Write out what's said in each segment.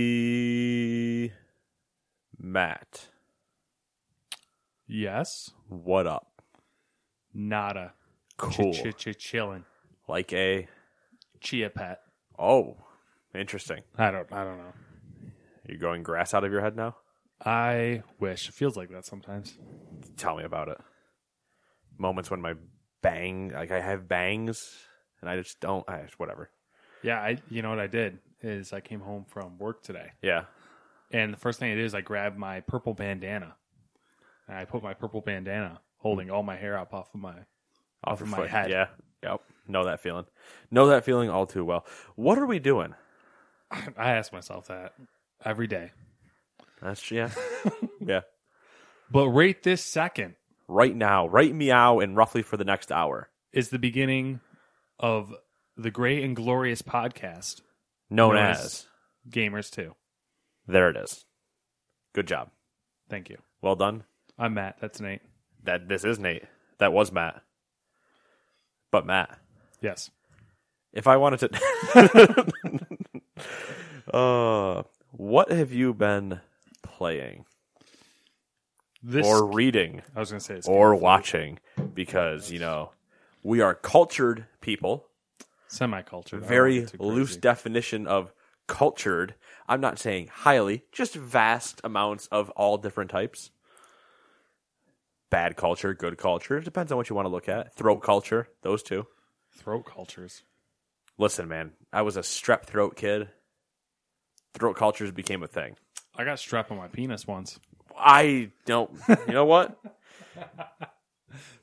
A Matt, Yes. what up? Nada. Cool. Ch- ch- ch- chilling. Like a Chia pet. oh, interesting. I don't. I don't know. You're going grass out of your head now. I wish. It feels like that sometimes. Tell me about it. Moments when my bang, like I have bangs, and I just don't. I whatever. Yeah. I. You know what I did is I came home from work today, Yeah, and the first thing I did is I grabbed my purple bandana, and I put my purple bandana holding all my hair up off of my off your of my foot. head. Yeah, yep. Know that feeling. Know that feeling all too well. What are we doing? I ask myself that every day. That's yeah, yeah. But right this second Right now, right meow, and roughly for the next hour, is the beginning of the great and glorious podcast, known Known as. as- Gamers Two. There it is. Good job. Thank you. Well done. I'm Matt. That's Nate. That this is Nate. That was Matt. But Matt, Yes. if I wanted to, uh, what have you been playing This or reading I was gonna say it's or watching? Because you know we are cultured people. semi-cultured. I don't Very want to get too loose crazy. definition of cultured. I'm not saying highly, just vast amounts of all different types. Bad culture, good culture. It depends on what you want to look at. Throat culture, those two. throat cultures. Listen, man, I was a strep throat kid. Throat cultures became a thing. I got strep on my penis once. I don't. You know what?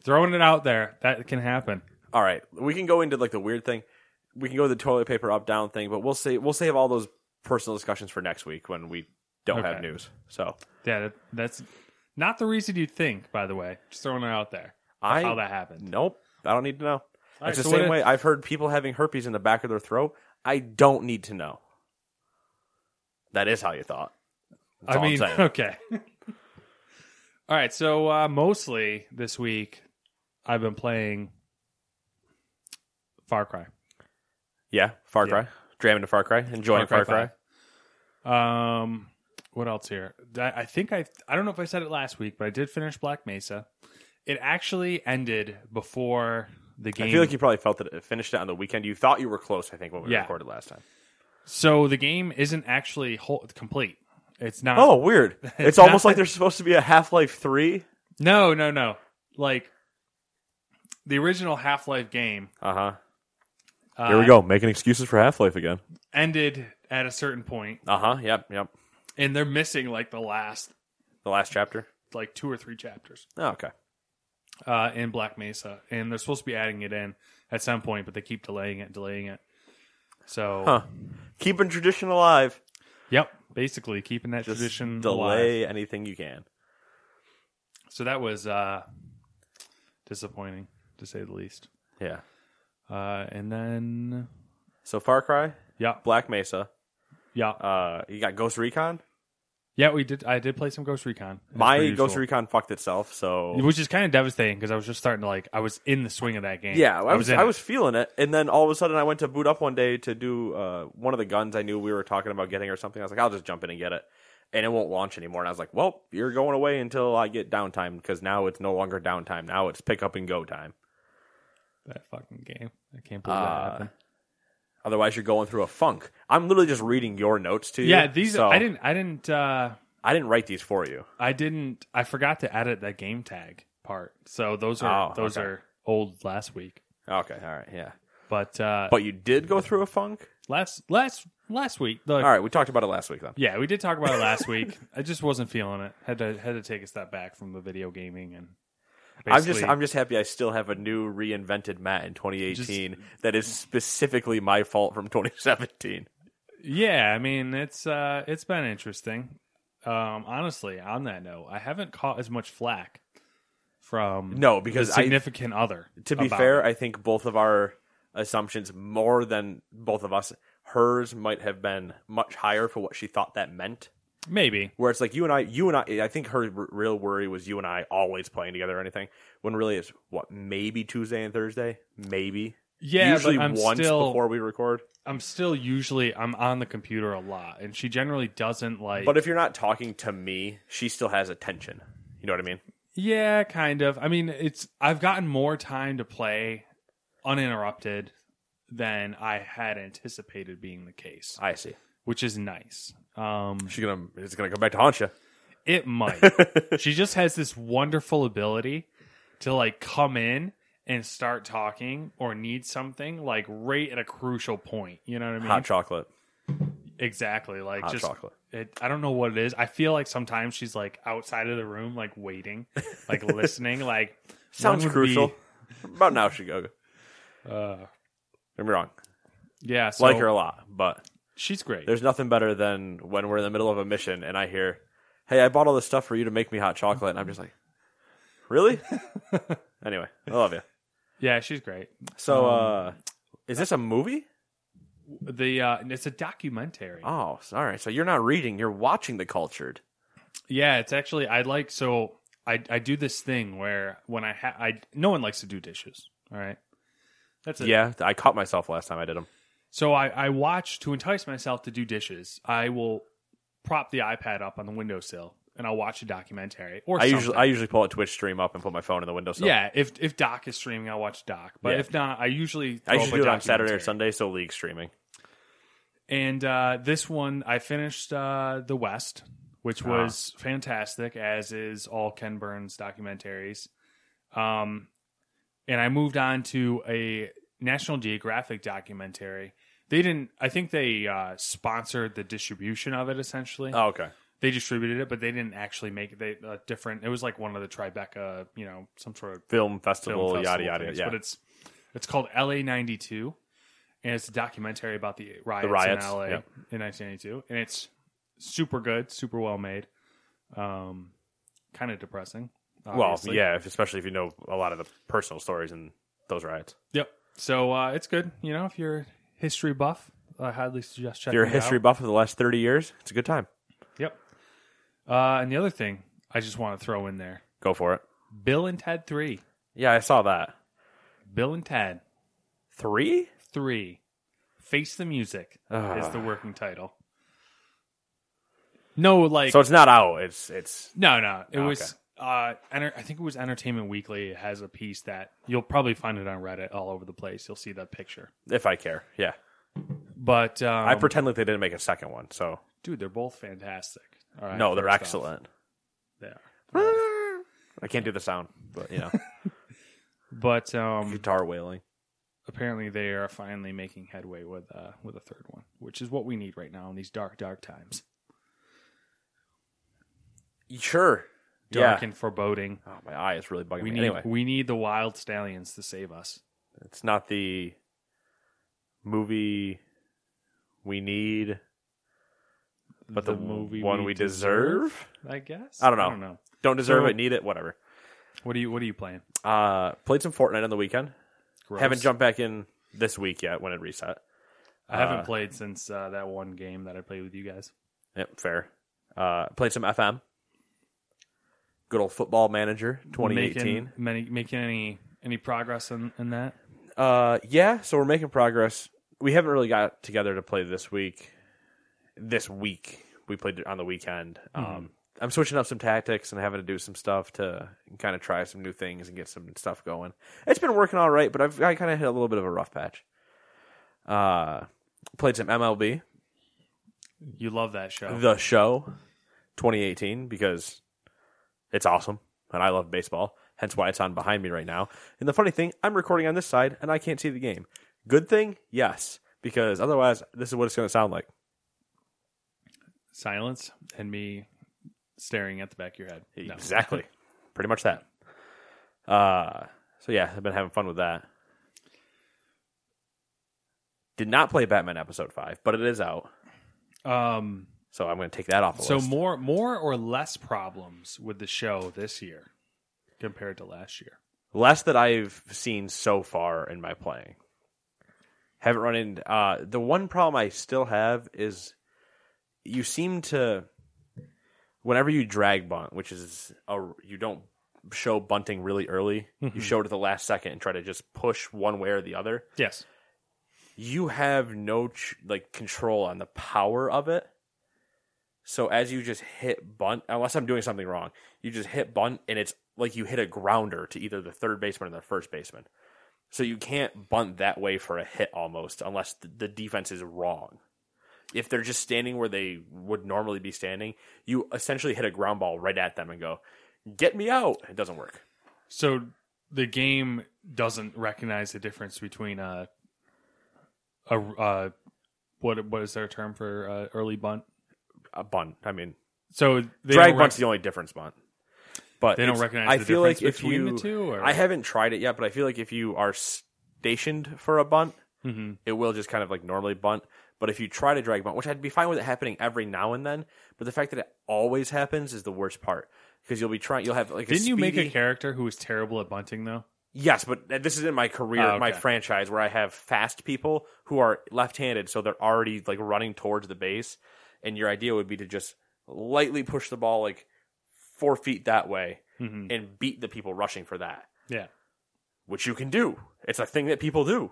Throwing it out there, that can happen. All right, we can go into like the weird thing. We can go to the toilet paper up down thing, but we'll say we'll save all those personal discussions for next week when we don't have Okay. news. So Yeah, that, that's not the reason you'd think. By the way, just throwing it out there. I how that happened. Nope, I don't need to know. right, it's the so same what- way I've heard people having herpes in the back of their throat. I don't need to know. That is how you thought. That's I all I'm mean, saying. okay. All right, so uh, mostly this week, I've been playing Far Cry. Yeah, Far Cry, jamming to Far Cry, enjoying Far Cry. Cry. Um, what else here? I, I think I I don't know if I said it last week, but I did finish Black Mesa. It actually ended before the game. I feel like you probably felt that it finished it on the weekend. You thought you were close, I think, when we Yeah. recorded last time. so the game isn't actually whole, complete. It's not. Oh, weird. It's, It's almost not- like there's supposed to be a Half Life 3. no, no, no! Like the original Half Life game Uh huh. uh, go, making excuses for Half Life again. ended at a certain point, Uh huh. Yep, yep. and they're missing like the last The last chapter. like two or three chapters. Oh, okay. uh, in Black Mesa, and they're supposed to be adding it in at some point, but they keep delaying it, delaying it. So, Huh. Keeping tradition alive. yep, basically keeping that Just tradition alive. delay anything you can. So that was uh, disappointing, to say the least. Yeah. Uh, and then, So Far Cry, yeah, Black Mesa. yeah, Uh, you got Ghost Recon. yeah. We did. I did play some Ghost Recon. as per My usual. Ghost Recon fucked itself. So which is kind of devastating because I was just starting to like. I was in the swing of that game. Yeah, I was in I it. was feeling it, and then all of a sudden I went to boot up one day to do uh, one of the guns I knew we were talking about getting or something. I was like, I'll just jump in and get it, and it won't launch anymore. And I was like, Well, you're going away until I get downtime because now it's no longer downtime. Now it's pick up and go time. that fucking game. I can't believe that Uh, happened. Otherwise, you're going through a funk. I'm literally just reading your notes to you. Yeah, these so I didn't I didn't uh I didn't write these for you. I didn't I forgot to edit that game tag part. So those are Oh, those okay. are old last week. Okay, all right, yeah. But uh But you did go through a funk. last last last week the, All right, we talked about it last week then. Yeah, we did talk about it last week. I just wasn't feeling it. Had to had to take a step back from the video gaming and I'm just basically- I'm just happy I still have a new reinvented Matt in 2018 that is specifically my fault from 2017. Yeah, I mean it's uh it's been interesting. Um honestly, on that note, I haven't caught as much flack from No, because the I- significant other. To be about fair, it. I think both of our assumptions more than both of us hers might have been much higher for what she thought that meant. maybe Where it's like you and I, you and I, I think her r- real worry was you and I always playing together or anything. When really it's what maybe Tuesday and Thursday, maybe yeah, usually but I'm once still before we record. I'm still usually I'm on the computer a lot, and she generally doesn't like. But if you're not talking to me, she still has attention. You know what I mean? yeah, kind of. I mean, it's I've gotten more time to play uninterrupted than I had anticipated being the case, I see. which is nice. Um, She's gonna it's gonna come back to haunt you. It might. she just has this wonderful ability to like come in and start talking or need something like right at a crucial point. You know what I mean? Hot chocolate. exactly. Like Hot just chocolate. It, I don't know what it is. I feel like sometimes she's like outside of the room, like waiting, like listening. Like one Sounds would be- crucial. About now, Chicago. Uh, Don't be wrong. yeah, so like her a lot, but She's great. there's nothing better than when we're in the middle of a mission and I hear, "Hey, I bought all this stuff for you to make me hot chocolate," and I'm just like, "Really?" anyway, I love you. Yeah, she's great. So, uh, is this a movie? The uh, it's a documentary. Oh, sorry. So you're not reading; you're watching the cultured. Yeah, it's actually I like so I I do this thing where when I ha- I no one likes to do dishes. All right, that's it. Yeah, I caught myself last time I did them. So I I watch to entice myself to do dishes. I will prop the iPad up on the windowsill and I'll watch a documentary or I something. usually I usually pull a Twitch stream up and put my phone in the windowsill. yeah if if Doc is streaming I'll watch Doc, but Yeah. if not I usually I throw usually up a do it on Saturday or documentary. Sunday, so league streaming. And uh, this one, I finished uh, The West, which was fantastic, as is all Ken Burns documentaries. Um, and I moved on to a National Geographic documentary. They didn't, I think they uh, sponsored the distribution of it essentially. Oh, okay. They distributed it, but they didn't actually make it. They uh, different. It was like one of the Tribeca, you know, some sort of Film film festival, yada festival yada. things, yeah. But it's it's called LA ninety two, and it's a documentary about the riots, riots, in LA yep. in nineteen ninety two, and it's super good, super well made. Um, kind of depressing. obviously. Well, yeah, if, especially if you know a lot of the personal stories in those riots. yep. So uh, it's good. You know, if you're a history buff, I highly suggest If checking. you're a it history out. buff of the last 30 years, it's a good time. Yep. Uh, and the other thing I just want to throw in there: Go for it. Bill and Ted Three. Yeah, I saw that. Bill and Ted Three? Three. Face the Music is Ugh. the working title. No, like So it's not out. It's it's no, no. It Oh, was uh, enter- I think it was Entertainment Weekly has a piece that you'll probably find it on Reddit all over the place. You'll see that picture, if I care. Yeah, but um, I pretend like they didn't make a second one. So dude, they're both fantastic. All right, no, they're first off. excellent. They are. I can't do the sound, but you know, But um, guitar wailing. apparently, they are finally making headway with uh, with a third one, which is what we need right now in these dark, dark times. Sure. Dark yeah. and foreboding. Oh, my eye is really bugging We me. need Anyway, we need the wild stallions to save us. it's not the movie we need, but the, one we deserve. I guess. I don't know. I don't know. Don't deserve So- it, need it, whatever. What are you What are you playing? Uh, played some Fortnite on the weekend. Gross. Haven't jumped back in this week yet when it reset. I haven't uh, played since uh, that one game that I played with you guys. Yep, fair. Uh, played some FM. Good old Football Manager 2018. Making many making any any progress in, in that? Uh, yeah, so we're making progress. We haven't really got together to play this week. This week we played on the weekend. Um, I'm switching up some tactics and having to do some stuff to kind of try some new things and get some stuff going. It's been working all right, but I've I kind of hit a little bit of a rough patch. Uh, Played some MLB, You love that show. The Show, 2018 because it's awesome and I love baseball. Hence why it's on behind me right now. And the funny thing, I'm recording on this side and I can't see the game. Good thing, yes, because otherwise this is what it's going to sound like. Silence and me staring at the back of your head. No. Exactly. Pretty much that. Uh, so yeah, I've been having fun with that. Did not play Batman episode five, but it is out, Um, so I'm going to take that off. The so list. more more or less problems with the show this year compared to last year. less that I've seen so far in my playing. Haven't run into uh, the one problem I still have is you seem to whenever you drag bunt, which is a, you don't show bunting really early. You show it at the last second and try to just push one way or the other. Yes. you have no ch- like control on the power of it. So as you just hit bunt, unless I'm doing something wrong, you just hit bunt and it's like you hit a grounder to either the third baseman or the first baseman. So you can't bunt that way for a hit almost unless the, the defense is wrong. If they're just standing where they would normally be standing, you essentially hit a ground ball right at them and go, "Get me out." It doesn't work. So the game doesn't recognize the difference between a a, uh what what is their term for uh, early bunt? A bunt. I mean, So they drag don't rec- bunt's the only difference bunt. But They don't it's- recognize I the feel like difference if between you, the two, or- I haven't tried it yet, but I feel like if you are stationed for a bunt, Mhm. it will just kind of like normally bunt. But if you try to drag bunt, which I'd be fine with it happening every now and then, but the fact that it always happens is the worst part because you'll be trying. You'll have like Didn't a you make a speedy- character who was terrible at bunting though? Yes, but this is in my career, Oh, okay. my franchise, where I have fast people who are left-handed, so they're already like running towards the base. And your idea would be to just lightly push the ball like four feet that way Mhm. and beat the people rushing for that, Yeah. which you can do. It's a thing that people do,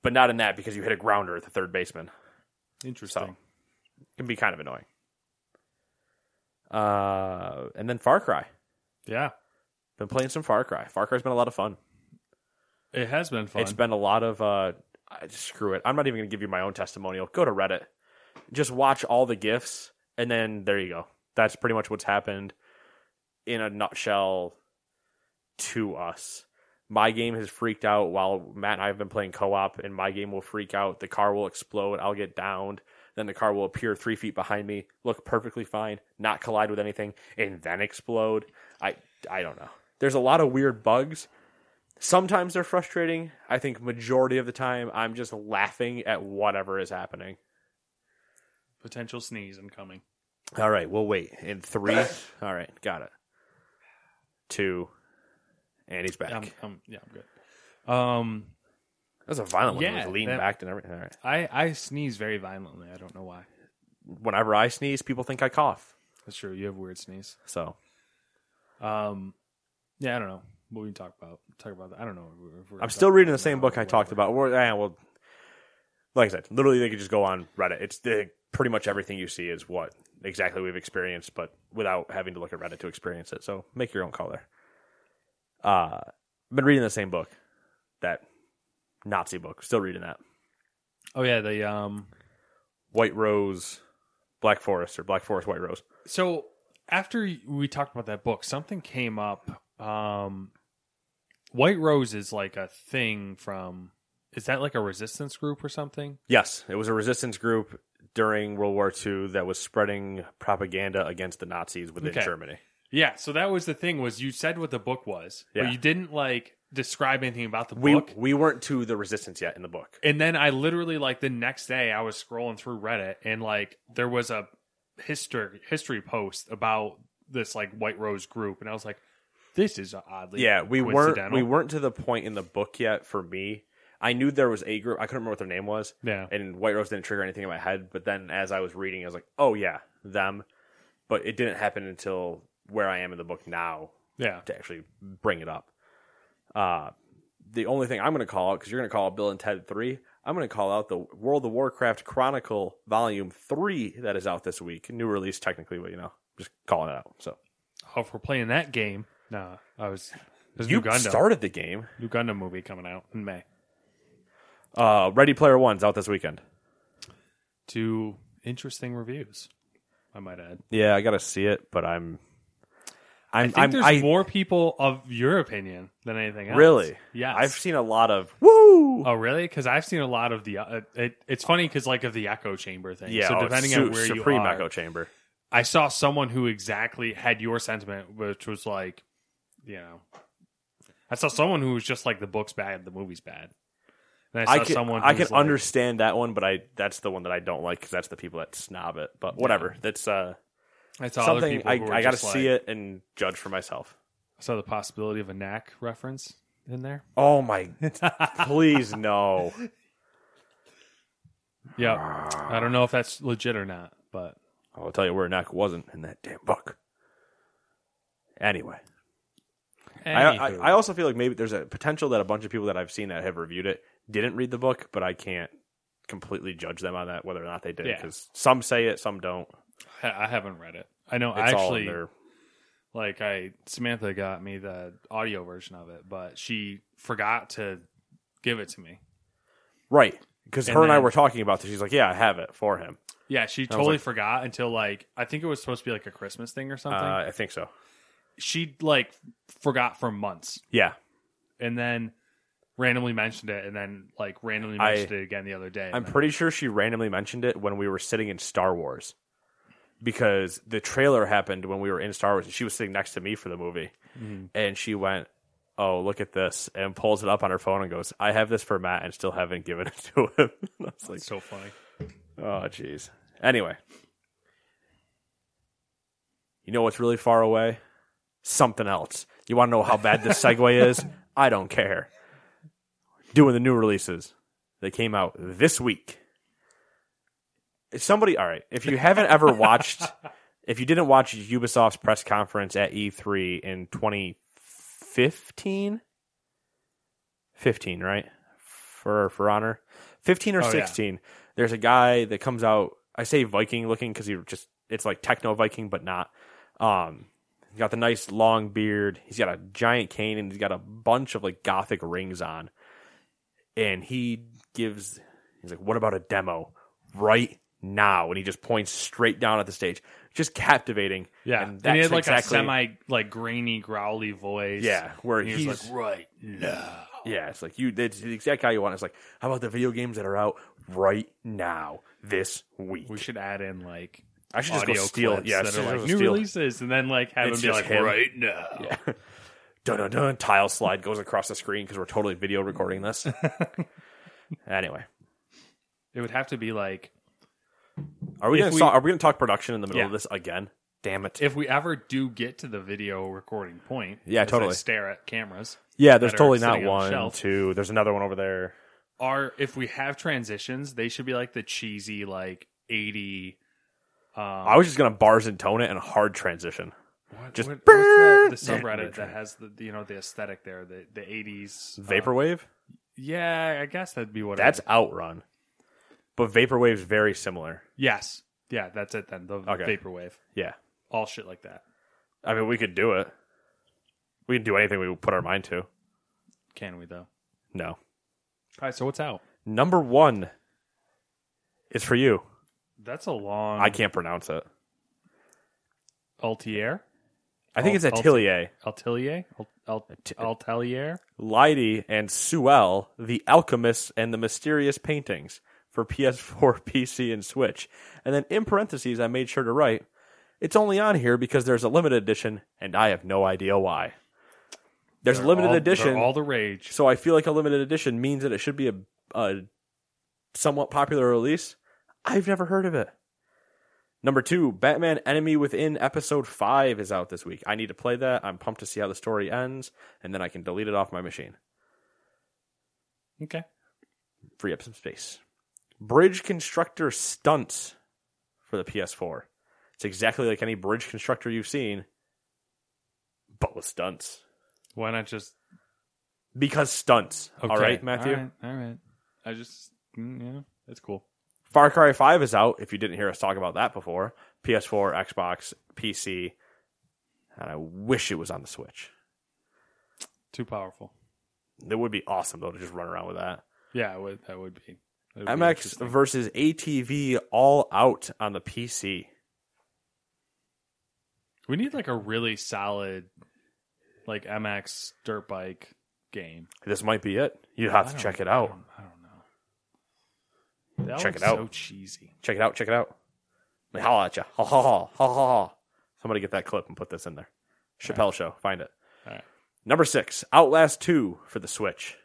but not in that because you hit a grounder at the third baseman. Interesting. So. can be kind of annoying. Uh, and then Far Cry. Yeah. Been playing some Far Cry. Far Cry's been a lot of fun. It has been fun. It's been a lot of uh, I- screw it. I'm not even going to give you my own testimonial. Go to Reddit, just watch all the gifs, and then there you go. That's pretty much what's happened in a nutshell to us. My game has freaked out while Matt and I have been playing co-op, and my game will freak out. The car will explode. I'll get downed. Then the car will appear three feet behind me, look perfectly fine, not collide with anything, and then explode. I I don't know. There's a lot of weird bugs, sometimes they're frustrating. I think majority of the time I'm just laughing at whatever is happening. potential sneeze incoming. All right, we'll wait. In three. all right, got it. Two. And he's back. I'm, I'm, yeah, I'm good. Um, that was a violent one. Yeah, he was leaned that- back and everything. All right. I I sneeze very violently. I don't know why. Whenever I sneeze, people think I cough. That's true. You have a weird sneeze. So Um, yeah, I don't know what we can talk about. Talk about that. I don't know. if we're- I'm still reading the talking same about book it I now or talked whatever. about. Well, yeah, well, like I said, literally they could just go on Reddit. It's the, pretty much everything you see is what exactly we've experienced, but without having to look at Reddit to experience it. So make your own call there. Uh, I've been reading the same book, that Nazi book. Still reading that. Oh yeah, the um. White Rose, Black Forest, or Black Forest, White Rose. So after we talked about that book, something came up. Um, White Rose is like a thing from. Is that like a resistance group or something? Yes, it was a resistance group during World War II that was spreading propaganda against the Nazis within Okay. Germany. Yeah. So that was the thing was you said what the book was, Yeah. but you didn't like describe anything about the We, book. we weren't to the resistance yet in the book. And then I literally like the next day I was scrolling through Reddit and like there was a history history post about this like White Rose group and I was like, this is oddly yeah we weren't coincidental. we weren't to the point in the book yet for me i knew there was a group i couldn't remember what their name was Yeah. and white rose didn't trigger anything in my head but then as i was reading i was like oh yeah them but it didn't happen until where i am in the book now yeah to actually bring it up uh the only thing i'm going to call out because you're going to call out bill and ted 3 i'm going to call out the world of warcraft chronicle volume 3 that is out this week new release technically but you know just calling it out so Oh, if we're playing that game, no, I was there's a you new Gundam started the game new Gundam movie coming out in May. Uh, Ready Player One's out this weekend. to interesting reviews. I might add. Yeah, I gotta see it, but I'm, I I'm, think I'm there's I- more people of your opinion than anything else. Really? Yes. I've seen a lot of woo. Oh, really? Because I've seen a lot of the. Uh, it, it's funny because like of the echo chamber thing. yeah, So oh, depending su- on where Supreme you are, Echo Chamber. I saw someone who exactly had your sentiment, which was like, you know, I saw someone who was just like the book's bad, the movie's bad. And I I saw can someone. Who I can was like, understand that one, but I that's the one that I don't like because that's the people that snob it. But whatever, that's uh I saw other something people I, who were I gotta just like- see it and judge for myself. I saw the possibility of a knack reference in there. Oh my! please no. Yeah, I don't know if that's legit or not, but I'll tell you where Knack wasn't in that damn book. Anyway, I, I Anywho. I also feel like maybe there's a potential that a bunch of people that I've seen that have reviewed it didn't read the book, but I can't completely judge them on that whether or not they did Yeah. because some say it, some don't. I haven't read it. I know. It's I all in actually there. like I Samantha got me the audio version of it, but she forgot to give it to me. right because her And and I then- were talking about this. She's like, "Yeah, I have it for him." Yeah, she was totally like- forgot until like I think it was supposed to be like a Christmas thing or Uh, something. I think so. she like forgot for months Yeah, and then randomly mentioned it and then like randomly I- mentioned it again the other day. and I'm then- pretty sure she randomly mentioned it when we were sitting in Star Wars because the trailer happened when we were in Star Wars and she was sitting next to me for the movie and she went, "Oh, look at this." and pulls it up on her phone and goes, "I have this for Matt and still haven't given it to him." And I was like, It's so funny. "Oh, jeez." Anyway, you know what's really far away? Something else. You want to know how bad this segue is? I don't care. Doing the new releases. They came out this week. If Somebody, all right. If you haven't ever watched, if you didn't watch Ubisoft's press conference at E3 in 2015, 15, right? For for honor, 15 or Oh, yeah. 16. There's a guy that comes out. I say Viking looking because he just it's like techno Viking, but not. Um, He's got the nice long beard. He's got a giant cane and he's got a bunch of like gothic rings on. And he gives, he's like, what about a demo right now? And he just points straight down at the stage. Just captivating. Yeah, And and, that's he had like exactly, a semi like grainy growly voice. Yeah. Where and he he's was like right now. yeah, it's like you. It's the exact guy you want. It's like, how about the video games that are out right now this week? We should add in like I should just go audio steal. clips Yeah, I that should are just like go new steal- releases, and then like have It's him be just like him. right now. Yeah. Dun dun dun. Tile slide goes across the screen because we're totally video recording this. anyway, It would have to be like are we If gonna we- so- are we gonna talk production in the middle of Yeah. this again? Damn it! if we ever do get to the video recording point. Yeah, as I totally. stare at cameras. yeah, there's that are totally not sitting on one, the shelf. two. There's another one over there. are if we have transitions, they should be like the cheesy like eighty. Um, I was just gonna bars and tone it and hard transition. what- just- what- what's the, the subreddit that has the you know the aesthetic there the the eighties Vaporwave. yeah, I guess that'd be what. it That's is. Outrun, but Vaporwave's very similar. yes, yeah, that's it then. The Okay. vaporwave, Yeah, all shit like that. I mean we could do it. We can do anything we put our mind to. Can we though? All No. right, so what's out? Number one is for you. That's a long. I can't pronounce it. Altier, I think Alt- it's Atelier. Altelier, Alt- Alt- Altelier. Leidy and Suel, The Alchemists and the Mysterious Paintings for PS4, PC, and Switch. And then in parentheses, I made sure to write, it's only on here because there's a limited edition, and I have no idea why. There's a They're limited all- edition, they're all the rage. so I feel like a limited edition means that it should be a, a somewhat popular release. I've never heard of it. Number two, Batman Enemy Within Episode 5 is out this week. I need to play that. I'm pumped to see how the story ends, and then I can delete it off my machine Okay, free up some space. Bridge Constructor Stunts for the PS4. It's exactly like any bridge constructor you've seen, but with stunts. why not just Because stunts. All Okay. right, Matthew? All right, all right. I just, mm, yeah, that's cool. Far Cry 5 is out, if you didn't hear us talk about that before. PS4, Xbox, PC, and I wish it was on the Switch. Too powerful. It would be awesome, though, to just run around with that. Yeah, it would, that would be. that would be MX interesting. versus ATV All Out on the PC. We need like a really solid, like MX dirt bike game. This might be it. You I have to don't- check it I out. don't, I don't know. That Check looks it out. So cheesy. Check it out. Check it out. Let me holla at you. Ha ha ha ha ha. ha. Somebody get that clip and put this in there. Chappelle Show. Find it. All right. Number six, Outlast Two for the Switch.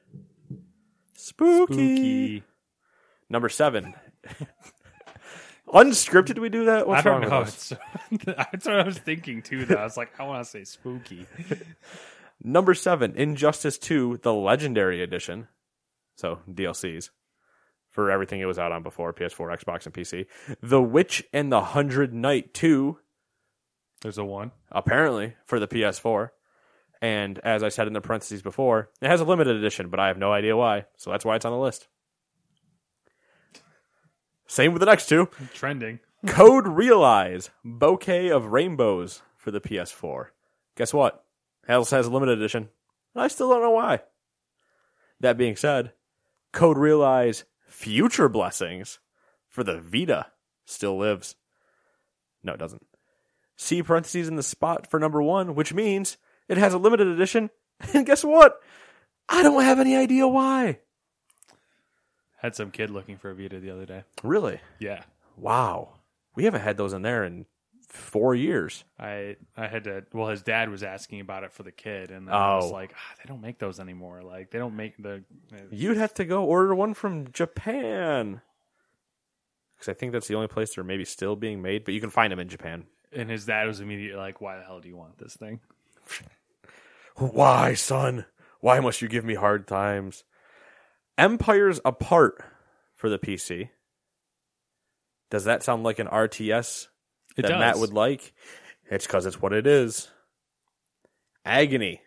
Spooky. Spooky. Number seven. Unscripted, we do that. What's I don't wrong know. with us? It's, that's what I was thinking too. Though I was like, I want to say spooky. Number seven, Injustice 2, the Legendary Edition. So DLCs for everything it was out on before PS4, Xbox, and PC. The Witch and the Hundred Night 2, There's a one. apparently, for the PS4. And as I said in the parentheses before, it has a limited edition, but I have no idea why. So that's why it's on the list. Same with the next two Trending. Code Realize, Bouquet of Rainbows for the PS4. Guess what? Hells has a limited edition. And I still don't know why. That being said, Code Realize Future Blessings for the Vita still lives. No, it doesn't. See parentheses in the spot for number one, which means it has a limited edition. And guess what? I don't have any idea why. Had some kid looking for a Vita the other day. Really? Yeah, Wow. We haven't had those in there in four years. I I had to. Well, his dad was asking about it for the kid, and then I was Oh. like, ah, they don't make those anymore. Like they don't make the. You'd have to go order one from Japan. Because I think that's the only place they're maybe still being made, but you can find them in Japan. And his dad was immediately like, "Why the hell do you want this thing?" Why, son? Why must you give me hard times? Empires Apart for the PC. Does that sound like an RTS It that does. Matt would like? It's because it's what it is. Agony.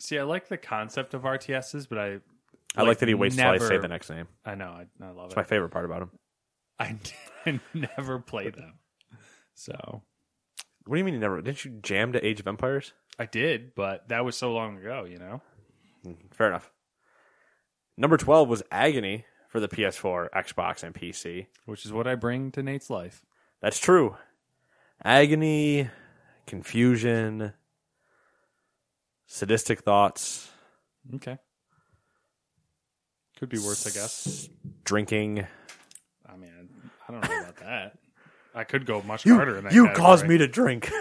See, I like the concept of RTSs, but I I like that he waits till I say never- the next name. I know I, I love It's my it. favorite part about him. I never played them, so What do you mean you never? Didn't you jam to Age of Empires? I did, but that was so long ago. You know, Fair enough. Number 12 was Agony for the PS4, Xbox, and PC. which is what I bring to Nate's life. That's true. Agony, confusion, sadistic thoughts, Okay, could be worse, I guess. drinking. I mean, I don't know about that. I could go much harder in that. category. to drink.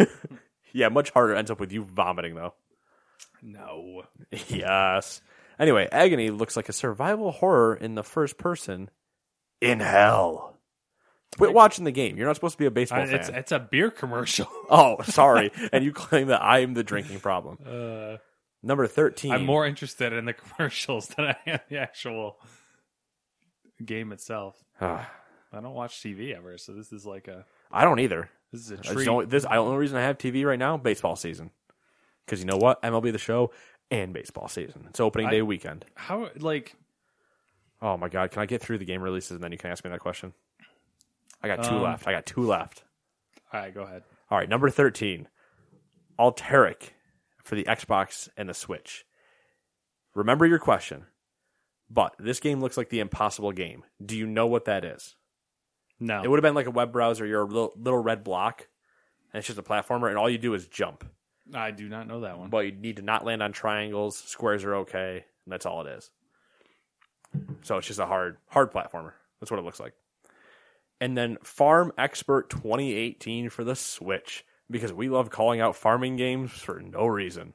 yeah, much harder ends up with you vomiting, though. no. yes. Anyway, Agony looks like a survival horror in the first person in hell. Quit watching the game. You're not supposed to be a baseball I- fan. it's it's a beer commercial. Oh, sorry. and you claim that I'm the drinking problem. Uh, Number 13. I'm more interested in the commercials than I am the actual game itself. Ah, I don't watch TV ever, so this is like a I don't either. this is a It's treat. the only, this, the only reason I have TV right now, baseball season. Because you know what? MLB the show and baseball season. It's opening I- day weekend. How like Oh, my God. Can I get through the game releases and then you can ask me that question? I got two Um, left. I got two left. all right, go ahead. All right. Number 13. Alteric for the Xbox and the Switch. Remember your question. But this game looks like the impossible game. Do you know what that is? No. It would have been like a web browser, your little, little red block, and it's just a platformer, and all you do is jump. I do not know that one. But you need to not land on triangles. Squares are okay, and that's all it is. So it's just a hard, hard platformer. That's what it looks like. And then Farm Expert 2018 for the Switch because we love calling out farming games for no reason.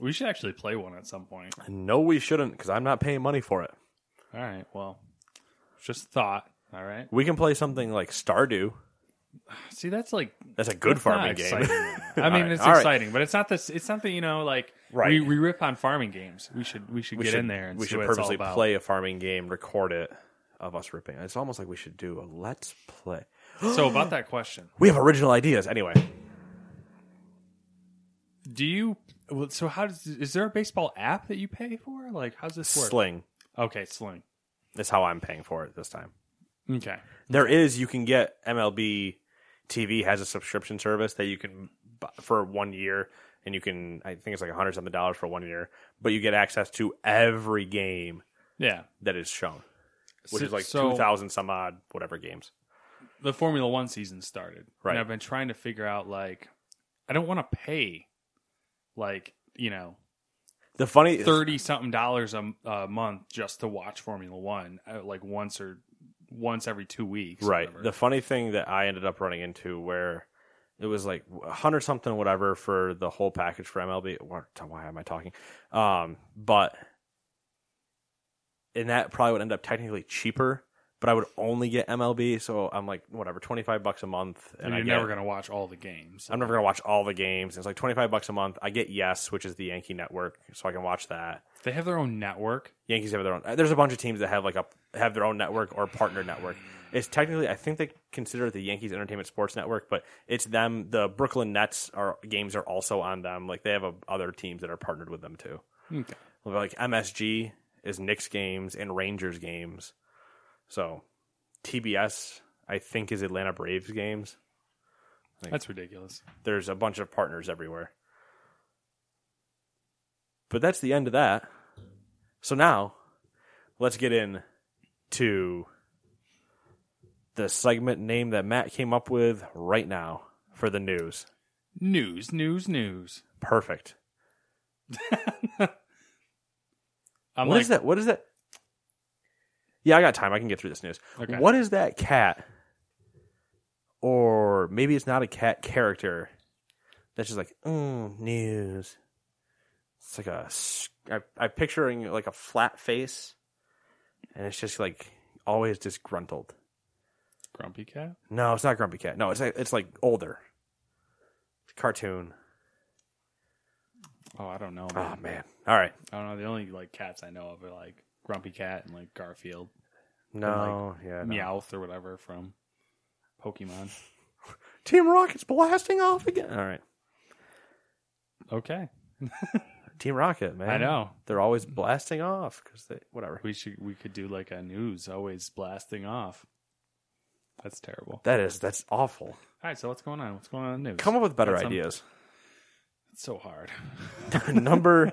we should actually play one at some point. No, we shouldn't because I'm not paying money for it. All right. Well, just a thought. All right. We can play something like Stardew. See, that's like That's a good That's not farming game. exciting. I All mean, right, it's all right. exciting, but it's not this. It's not that you know, like Right. we, we rip on farming games. We should we should we get should, in there and we see should what it's all purposely about. play a farming game, record it of us ripping. It's almost like we should do a let's play. So about that question, We have original ideas anyway. do you? well, So how does is there a baseball app that you pay for? Like how's this work? Sling Okay, sling. is how I'm paying for it this time. Okay, There is you can get MLB TV has a subscription service that you can bu- for one year, and you can I think it's like a hundred something dollars for one year, but you get access to every game Yeah. that is shown, which So- is like so- two thousand some odd whatever games. the Formula One season started. Right. And I've been trying to figure out like I don't want to pay like, you know, The funny thirty something dollars a, m- a month just to watch Formula One, uh, like once or once every two weeks, Right. whatever. The funny thing that I ended up running into where it was like a hundred something whatever for the whole package for MLB. What, why am I talking? Um, but and that probably would end up technically cheaper, but I would only get MLB. So I'm like, whatever, twenty five bucks a month, and and you're I never get- gonna watch all the games. I'm never gonna watch all the games. It's like twenty five bucks a month. I get Yes, which is the Yankee network, so I can watch that. they have their own network. Yankees have their own. There's a bunch of teams that have like a have their own network or partner network. It's technically, I think they consider it the Yankees Entertainment Sports Network, but it's them. The Brooklyn Nets are games are also on them. Like they have a, other teams that are partnered with them too. Okay. Like MSG is Knicks games and Rangers games. So TBS, I think, is Atlanta Braves games. That's ridiculous. There's a bunch of partners everywhere. But that's the end of that. So now, let's get in to the segment name that Matt came up with right now for the news. News, news, news. Perfect. I'm What is like, that? What is that? Yeah, I got time. I can get through this news. Okay. What is that cat? Or maybe it's not a cat character. That's just like mm, news. It's like a. s- I, I'm picturing like a flat face, and it's just like always disgruntled. Grumpy Cat? No, it's not Grumpy Cat. No, it's like, it's like older. Cartoon. Oh, I don't know. Oh man. All right. I don't know. The only like cats I know of are like Grumpy Cat and like Garfield, No. yeah. no. Meowth or whatever from Pokemon. Team Rocket's blasting off again. All right. Okay. Team Rocket, man. I know. they're always blasting off because they whatever. We should we could do like a news always blasting off. That's terrible. That is that's awful. All right, so what's going on? What's going on in the news? Come up with better That's, um, ideas. It's so hard. number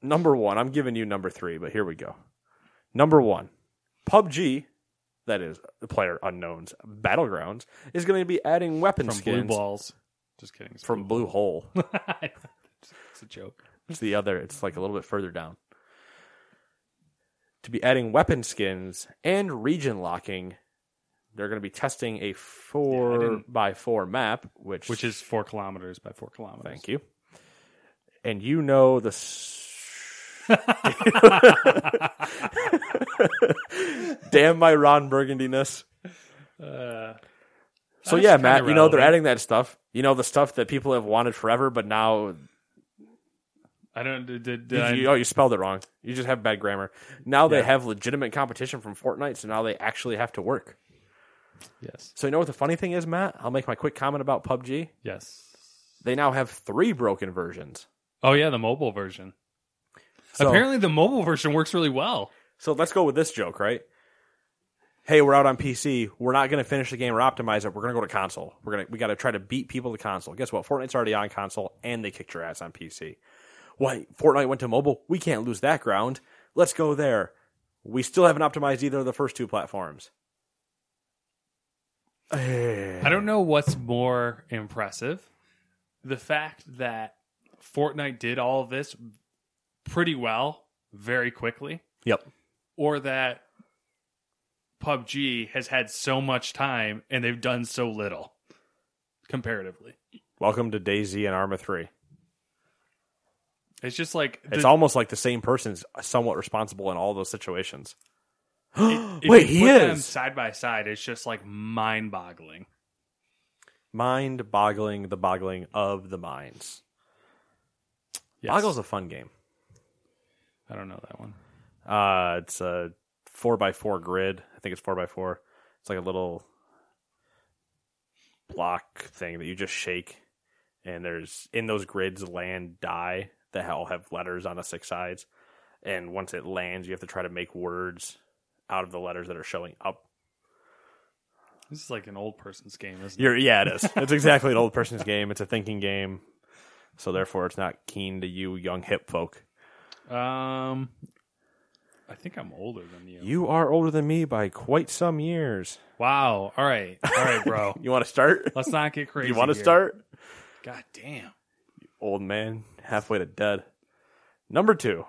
number one. I'm giving you number three, but here we go. Number one, PUBG, that is the player unknowns battlegrounds, is going to be adding weapon From blue skins balls. Just kidding. It's from Blue Hole. it's a joke. It's the other. It's like a little bit further down. To be adding weapon skins and region locking, they're going to be testing a four didn't- by four map, which Which is four kilometers by four kilometers. Thank you. And you know the. s- Damn my Ron Burgundiness. so Uh, that's yeah, kinda Matt, you know they're relevant. adding that stuff. You know the stuff that people have wanted forever, but now I don't. Did, did, you, I, you- oh you spelled it wrong. You just have bad grammar. Now they Yeah. have legitimate competition from Fortnite, so now they actually have to work. yes. So you know what the funny thing is, Matt? I'll make my quick comment about PUBG. Yes. They now have three broken versions. Oh yeah, the mobile version. So- Apparently, the mobile version works really well. So let's go with this joke, right? Hey, we're out on PC. We're not going to finish the game or optimize it. We're going to go to console. We're going to we got to try to beat people to console. Guess what? Fortnite's already on console, and they kicked your ass on PC. Why? Fortnite went to mobile. We can't lose that ground. Let's go there. We still haven't optimized either of the first two platforms. I don't know what's more impressive. The fact that Fortnite did all of this pretty well, very quickly, Yep. or that PUBG has had so much time and they've done so little comparatively. Welcome to Daisy and Arma Three. It's just like It's the- almost like the same person's somewhat responsible in all those situations. if you Wait, he put them is. side by side. It's just like mind boggling. Mind boggling, the boggling of the minds. Yes. Boggle's a fun game. I don't know that one. Uh, it's a four by four grid. I think it's four by four. It's like a little block thing that you just shake, and there's in those grids land die that all have letters on the six sides, and once it lands, you have to try to make words out of the letters that are showing up. This is like an old person's game, isn't You're, yeah, it is. It's exactly an old person's game. It's a thinking game, so therefore it's not keen to you young hip folk. it? Um, I think I'm older than you. You are older than me by quite some years. Wow. All right. All right, bro. You want to start? Let's not get crazy. you want to here. start? God damn. Old man, halfway to dead. Number two.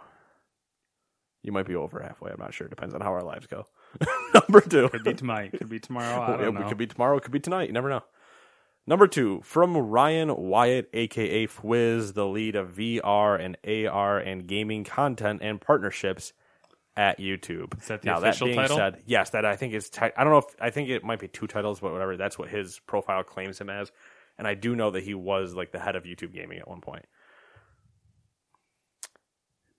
You might be over halfway. I'm not sure. Depends on how our lives go. Number two. Could be tonight. Could be tomorrow. I Yeah, don't we know. could be tomorrow. It could be tonight. You never know. Number two from Ryan Wyatt, aka Fwiz, the lead of VR and AR and gaming content and partnerships at YouTube. Is that the official title? yes, that I think is. Ti- I don't know if I think it might be two titles, but whatever. That's what his profile claims him as, and I do know that he was like the head of YouTube gaming at one point.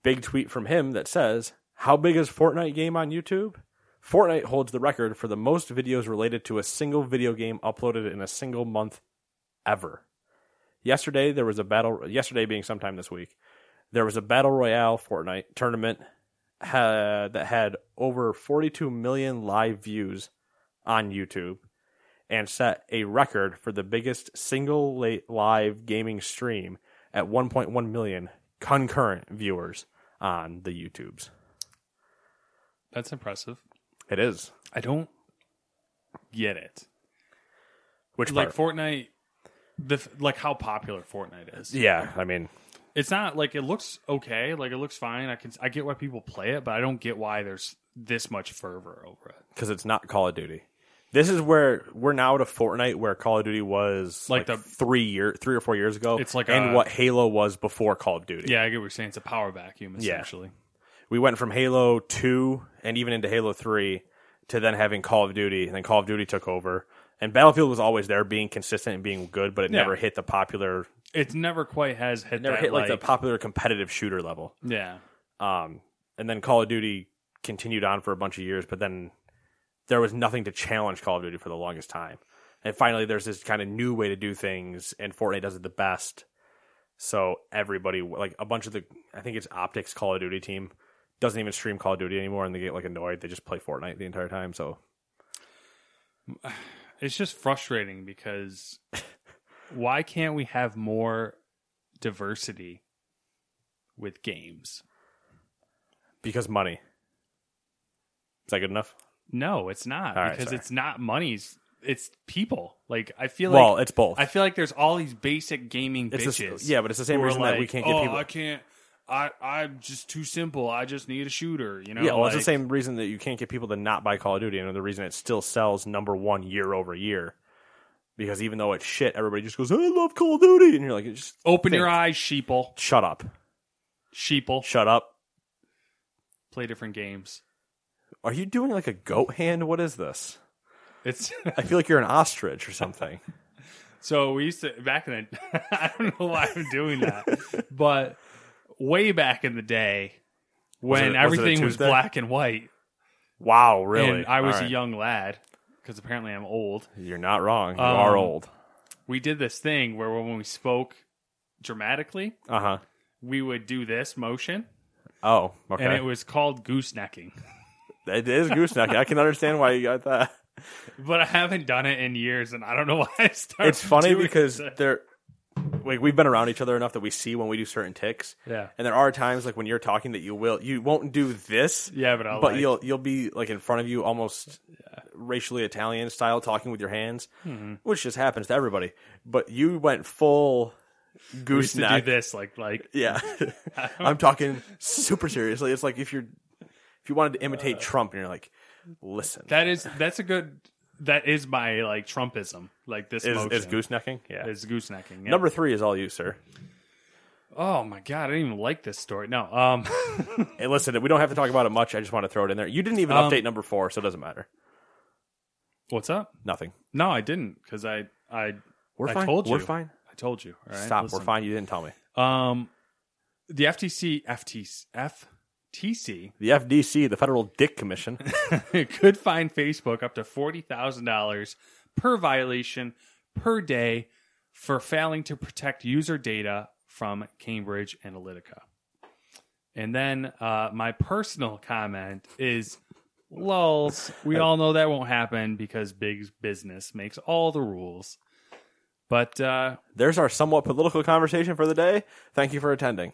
Big tweet from him that says, "How big is Fortnite game on YouTube?" Fortnite holds the record for the most videos related to a single video game uploaded in a single month ever. Yesterday there was a battle yesterday being sometime this week. There was a battle royale Fortnite tournament uh, that had over 42 million live views on YouTube and set a record for the biggest single la- live gaming stream at 1.1 million concurrent viewers on the YouTubes. That's impressive. It is. I don't get it. Which Like part? Fortnite, the f- like how popular Fortnite is. yeah, I mean, It's not like it looks okay. Like it looks fine. I can I get why people play it, but I don't get why there's this much fervor over it. because it's not Call of Duty. This is where we're now at a Fortnite where Call of Duty was Like like, the- three year, three or four years ago. It's like and a- what Halo was before Call of Duty. Yeah, I get what you're saying. It's a power vacuum essentially. we went from Halo two and even into Halo three to then having Call of Duty, and then Call of Duty took over. And Battlefield was always there, being consistent and being good, but it Yeah. never hit the popular, It's never quite has hit never that hit like, like the popular competitive shooter level. yeah. Um, and then Call of Duty continued on for a bunch of years, but then there was nothing to challenge Call of Duty for the longest time. And finally, there's this kind of new way to do things, and Fortnite does it the best. So everybody, like a bunch of the, I think it's Optics Call of Duty team, doesn't even stream Call of Duty anymore, and they get like annoyed. They just play Fortnite the entire time. So It's just frustrating because why can't we have more diversity with games? because money, is that good enough? No, it's not All right, because sorry. it's not money's. It's people. Like I feel well, like it's both. I feel like there's all these basic gaming It's the bitches. s- yeah, but it's the same who are reason that we can't get oh, people- I can't. I I'm just too simple. I just need a shooter. You know. yeah, well, it's like- the same reason that you can't get people to not buy Call of Duty, and the reason it still sells number one year over year, because even though it's shit, everybody just goes, "I love Call of Duty," and you're like, "Just Open your think. eyes, sheeple. shut up, Sheeple. shut up." Play different games. Are you doing like a goat hand? What is this? It's I feel like you're an ostrich or something. so we used to back in the. I don't know why I'm doing that, but way back in the day it- when was it a everything was Tuesday? black and white, wow, really? and I was All a right. young lad because apparently I'm old. You're not wrong. You Um, are old. we did this thing where when we spoke dramatically, Uh huh. we would do this motion, Oh, okay. and it was called goosenecking. it is gooseneck. I can understand why you got that. But I haven't done it in years, and I don't know why I started. It's funny doing because it. they're like we've been around each other enough that we see when we do certain ticks. Yeah. And there are times like when you're talking that you will you won't do this. Yeah, but I'll, like- you'll you'll be like in front of you almost racially Italian style talking with your hands, Mm-hmm. which just happens to everybody. But you went full we used to do gooseneck. this, like like Yeah. I'm talking super seriously. It's like if you're if you wanted to imitate Trump and you're like, listen. that is Uh, that's a good that is my like Trumpism, like this is motion is goosenecking? Yeah. is goosenecking. yeah. Number 3 is all you, sir. oh my god, I didn't even like this story. No, um, And listen, we don't have to talk about it much. I just want to throw it in there. You didn't even Um, update number four, so it doesn't matter. what's up? Nothing. No, I didn't because I I We're I fine. told you. We're fine. I told you. All right, Stop. Listen. We're fine. You didn't tell me. Um, the FTC, FTC, FTC The FDC, the Federal Dick Commission. could fine Facebook up to forty thousand dollars per violation per day for failing to protect user data from Cambridge Analytica. And then uh, my personal comment is, lulz. We Uh, all know that won't happen because big business makes all the rules. But uh, There's our somewhat political conversation for the day. Thank you for attending.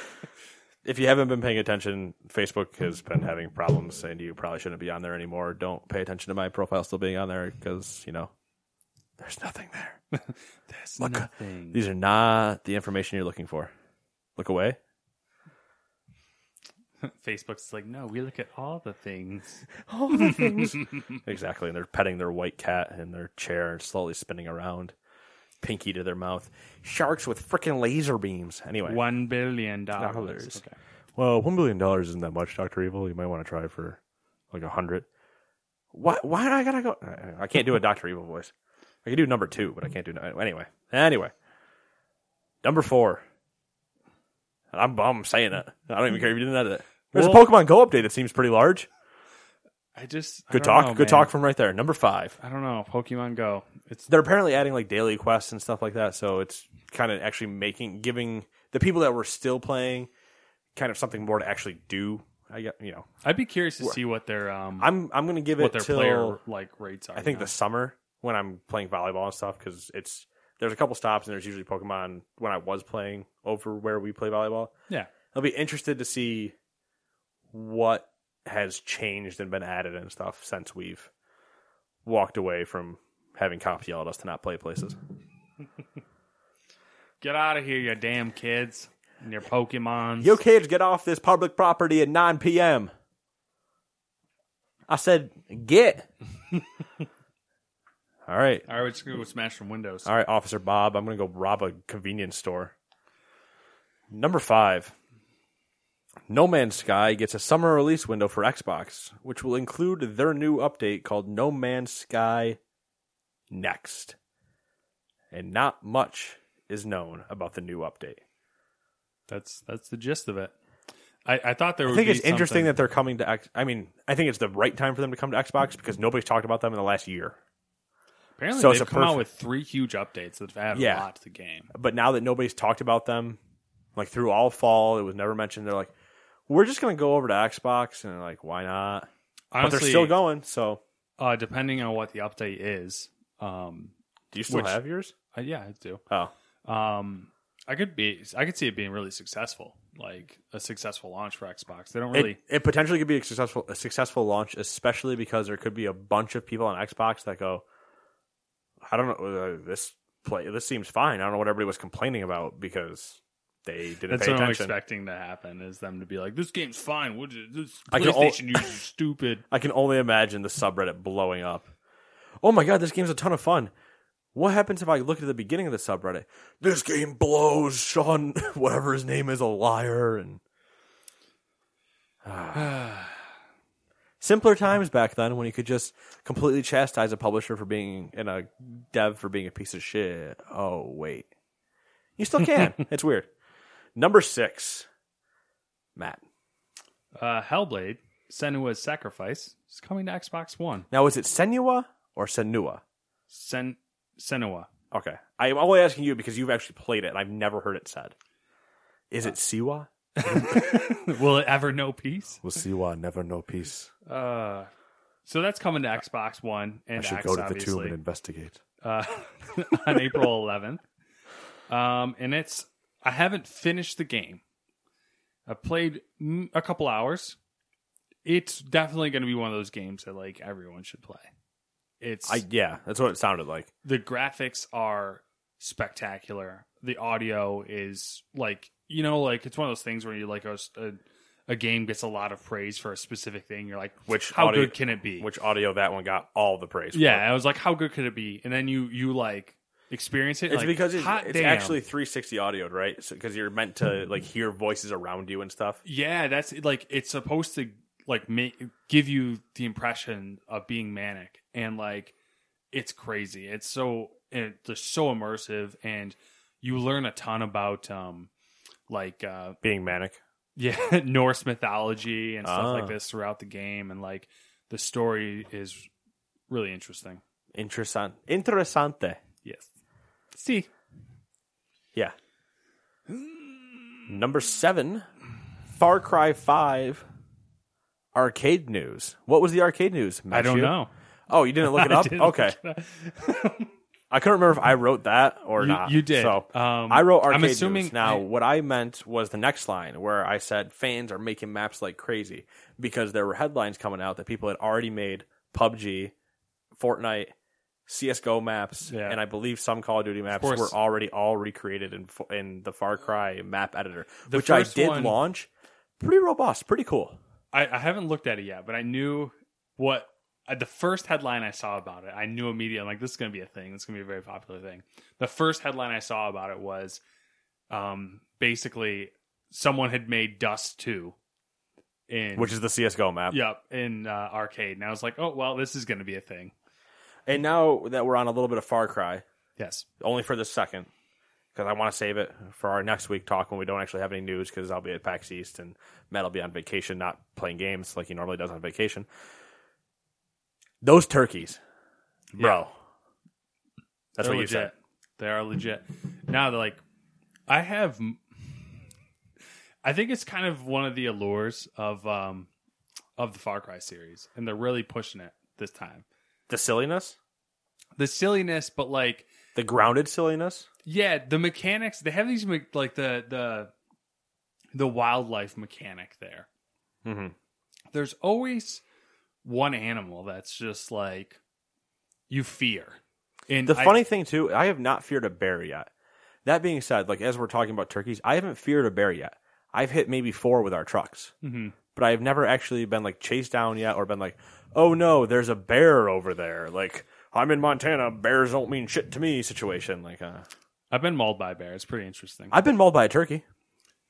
if you haven't been paying attention, Facebook has been having problems, and you probably shouldn't be on there anymore. Don't pay attention to my profile still being on there because you know there's nothing there. That's Look, nothing. These are not the information you're looking for. Look away. Facebook's like, no, we look at all the things. Exactly, and they're petting their white cat in their chair and slowly spinning around, pinky to their mouth. Sharks with freaking laser beams. Anyway, One billion dollars. Dollars. Okay. Well, one billion dollars isn't that much, Doctor Evil. You might want to try for like a hundred. Why? Why do I gotta go? I- I can't do a Doctor Evil voice. I can do number two, but I can't do no- anyway. Anyway, number four. I'm I'm saying it. I don't even care if you didn't edit it. There's Well- a Pokemon Go update that seems pretty large. I just I Good don't talk. know, Good man. talk from right there. Number five. I don't know Pokemon Go. It's They're apparently adding like daily quests and stuff like that, so it's kind of actually making giving the people that were still playing kind of something more to actually do. I get you know. I'd be curious to see what their um I'm I'm gonna give what it their till player like rates are. I think now. the summer when I'm playing volleyball and stuff because it's there's a couple stops and there's usually Pokemon when I was playing over where we play volleyball. yeah. I'll be interested to see what has changed and been added and stuff since we've walked away from having cops yell at us to not play places. Get out of here, you damn kids and your Pokemon. You kids get off this public property at 9 p.m. I said, get. All right. All right, we're just gonna go smash some windows. All right, Officer Bob, I'm going to go rob a convenience store. Number five No Man's Sky gets a summer release window for Xbox, which will include their new update called No Man's Sky Next. And not much is known about the new update. That's that's the gist of it. I, I thought there I would think be it's interesting something- that they're coming to X. I mean, I think it's the right time for them to come to Xbox because nobody's talked about them in the last year. apparently so it's they've a come out with perfect- three huge updates that have added Yeah. a lot to the game. but now that nobody's talked about them, like through all fall, it was never mentioned. They're like, we're just going to go over to Xbox, and they're like, why not? but Honestly, they're still going. So, Uh, depending on what the update is, um, do you still Which- have yours? uh, yeah, I do. Oh, Um, I could be, I could see it being really successful, like a successful launch for Xbox. They don't really, It, it potentially could be a successful a successful launch, especially because there could be a bunch of people on Xbox that go, I don't know, uh, this play this seems fine. I don't know what everybody was complaining about because they didn't That's pay what I'm attention. expecting to happen is them to be like, "This game's fine. What is this I can all- PlayStation users are stupid." I can only imagine the subreddit blowing up. Oh my god, this game's a ton of fun. What happens if I look at the beginning of the subreddit? This game blows. Sean, whatever his name is, a liar. And simpler times back then when you could just completely chastise a publisher for being and a dev for being a piece of shit. Oh wait, you still can. it's weird. Number six, Matt. Uh, Hellblade: Senua's Sacrifice is coming to Xbox One. Now is it Senua or Senua? Sen Senua. Okay. I'm only asking you because you've actually played it and I've never heard it said. Is it Siwa? Will it ever know peace? Will Siwa never know peace? Uh, so that's coming to Xbox One and X, obviously, investigate. uh, on April 11th. Um, and it's I haven't finished the game. I played mm, a couple hours. It's definitely going to be one of those games that like everyone should play. It's I yeah, that's what it sounded like. the graphics are spectacular. The audio is like you know, like it's one of those things where you like a, s- a, a game gets a lot of praise for a specific thing. You're like, Which how audio- good can it be? Which audio that one got all the praise. for. yeah, I was like, how good could it be? And then you you like experience it. It's like, because it's, hot it's damn. actually 360 audioed, right? Because you're meant to like hear voices around you and stuff. yeah, that's like it's supposed to like make give you the impression of being manic and like it's crazy. It's so and they're so immersive and you learn a ton about um like uh Being manic. yeah norse mythology and stuff Ah. like this throughout the game and like the story is really interesting Interesan- Interessante. yes see Yeah. Number seven, Far Cry 5 arcade news. What was the arcade news? i don't Matthew? know Oh, you didn't look it I up? didn't look Okay. it up. I couldn't remember if I wrote that or You- not. you did. So Um, I wrote I'm arcade assuming news. Now, I- what I meant was the next line where I said fans are making maps like crazy because there were headlines coming out that people had already made PUBG, Fortnite, CS:GO maps, Yeah. and I believe some Call of Duty maps course. were already all recreated in Fo- in the Far Cry map editor, The which I first did one- launch. Pretty robust, pretty cool. I, I haven't looked at it yet, but I knew what uh, the first headline I saw about it. I knew immediately, I'm like, this is going to be a thing. This is going to be a very popular thing. The first headline I saw about it was um, basically someone had made Dust 2 in. Which is the CS:GO map. Yep, in uh, arcade. And I was like, oh, well, this is going to be a thing. And now that we're on a little bit of Far Cry, Yes. only for the second because I want to save it for our next week talk when we don't actually have any news because I'll be at PAX East and Matt will be on vacation, not playing games like he normally does on vacation. Those turkeys, bro. That's They're what you legit. said. They are legit. Now they're like, I have. I think it's kind of one of the allures of um of the Far Cry series, and they're really pushing it this time. The silliness, The silliness, but like, the grounded silliness. yeah, the mechanics. They have these me- like the the the wildlife mechanic there. Mhm. There's always one animal that's just like you fear. And The I- funny thing too, I have not feared a bear yet. That being said, like as we're talking about turkeys, I haven't feared a bear yet. I've hit maybe four with our trucks, Mhm. but I've never actually been like chased down yet, or been like, "Oh no, there's a bear over there." Like I'm in Montana, bears don't mean shit to me. Situation like uh, I've been mauled by a bear. It's pretty interesting. I've been mauled by a turkey.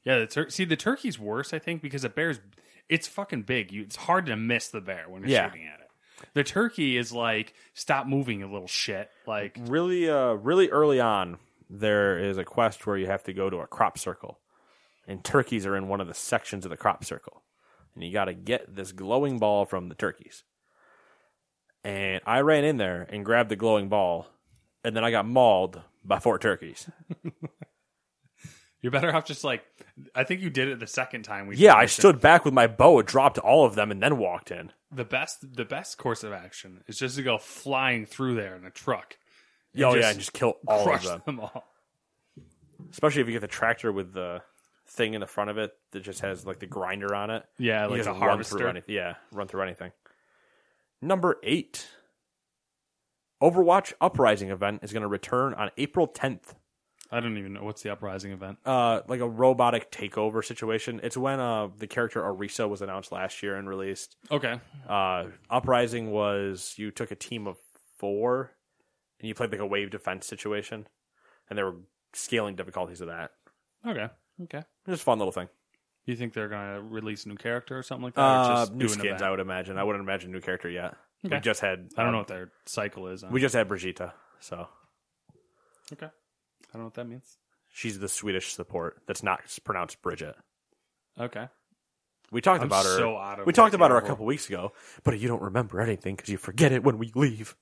Yeah, the tur- see the turkey's worse, I think, because a bear's it's fucking big. You, it's hard to miss the bear when you're Yeah. shooting at it. The turkey is like, stop moving, you little shit. Like, Really, uh, really early on, there is a quest where you have to go to a crop circle, and turkeys are in one of the sections of the crop circle, and you got to get this glowing ball from the turkeys. And I ran in there and grabbed the glowing ball, and then I got mauled by four turkeys. you're better off just like. I think you did it the second time. We Yeah, I did this. stood back with my bow, dropped all of them, and then walked in. The best, the best course of action is just to go flying through there in a truck. and Oh yeah, and just kill all of crush them. all. Especially if you get the tractor with the thing in the front of it that just has like the grinder on it. Yeah, He like a doesn't harvester. Run through anything. Yeah, run through anything. Number eight, Overwatch Uprising event is going to return on April 10th. I don't even know what's the uprising event. uh, like a robotic takeover situation. It's when uh, the character Orisa was announced last year and released. Okay, Uh, Uprising was you took a team of four and you played like a wave defense situation, and there were scaling difficulties of that. okay, okay. It was a fun little thing. You think they're gonna release a new character or something like that? or Uh, just new do an skins, event? I would imagine. I wouldn't imagine new character yet. We Okay. just had. I don't know um, what their cycle is. On. We just had Brigitte, so okay. I don't know what that means. she's the Swedish support. That's not pronounced Bridget. Okay. We talked I'm about her. so out of we my talked about her a Diablo. couple weeks ago, but you don't remember anything because you forget it when we leave.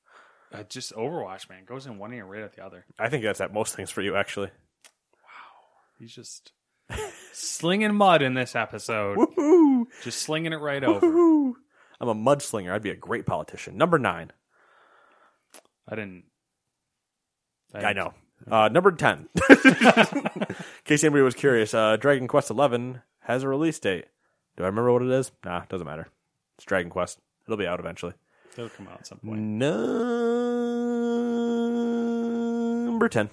Uh, just Overwatch, man, goes in one ear right out the other. I think that's at most things for you, actually. He's just slinging mud in this episode. Woohoo! Just slinging it right over. Woohoo! I'm a mudslinger. I'd be a great politician. Number nine. I didn't. I know. Uh, number 10. In case anybody was curious, uh, Dragon Quest Eleven has a release date. Do I remember what it is? Nah, doesn't matter. It's Dragon Quest. It'll be out eventually. They'll come out at Mm. some point. Number 10.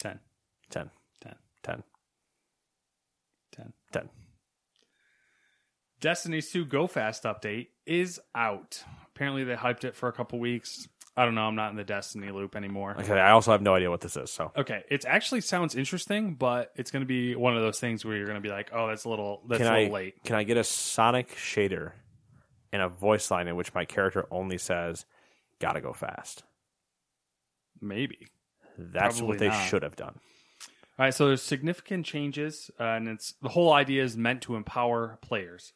10, 10. 10, 10. 10. 10. Destiny's 2 Go Fast update is out. Apparently, they hyped it for a couple weeks. I don't know. I'm not in the Destiny loop anymore. Okay, I also have no idea what this is, so. Okay, it actually sounds interesting, but it's going to be one of those things where you're going to be like, "Oh, that's a little that's can a I little late." can I get a sonic shader and a voice line in which my character only says "Gotta go fast"? Maybe. That's Probably what they not. should have done. All right, so there's significant changes, uh, and it's the whole idea is meant to empower players.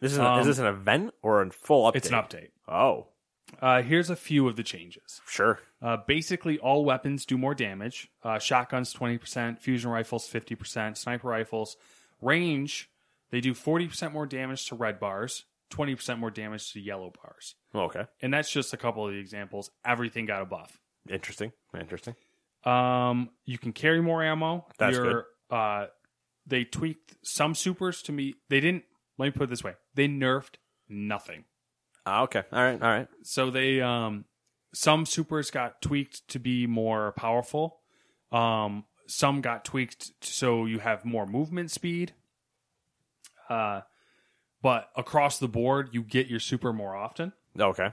This is, an- Um, is this an event or a full update? It's an update. Oh, Uh, here's a few of the changes. sure. Uh, basically, all weapons do more damage. Uh, shotguns 20%, fusion rifles 50%, sniper rifles. Range, they do 40% more damage to red bars, 20% more damage to yellow bars. Oh, Okay, And that's just a couple of the examples. Everything got a buff. interesting. Interesting. Um, you can carry more ammo. That's good. Uh, they tweaked some supers to meet. They didn't. Let me put it this way: they nerfed nothing. Ah, okay, all right, all right. So they um, some supers got tweaked to be more powerful. Um, some got tweaked so you have more movement speed. Uh, but across the board, you get your super more often. Okay,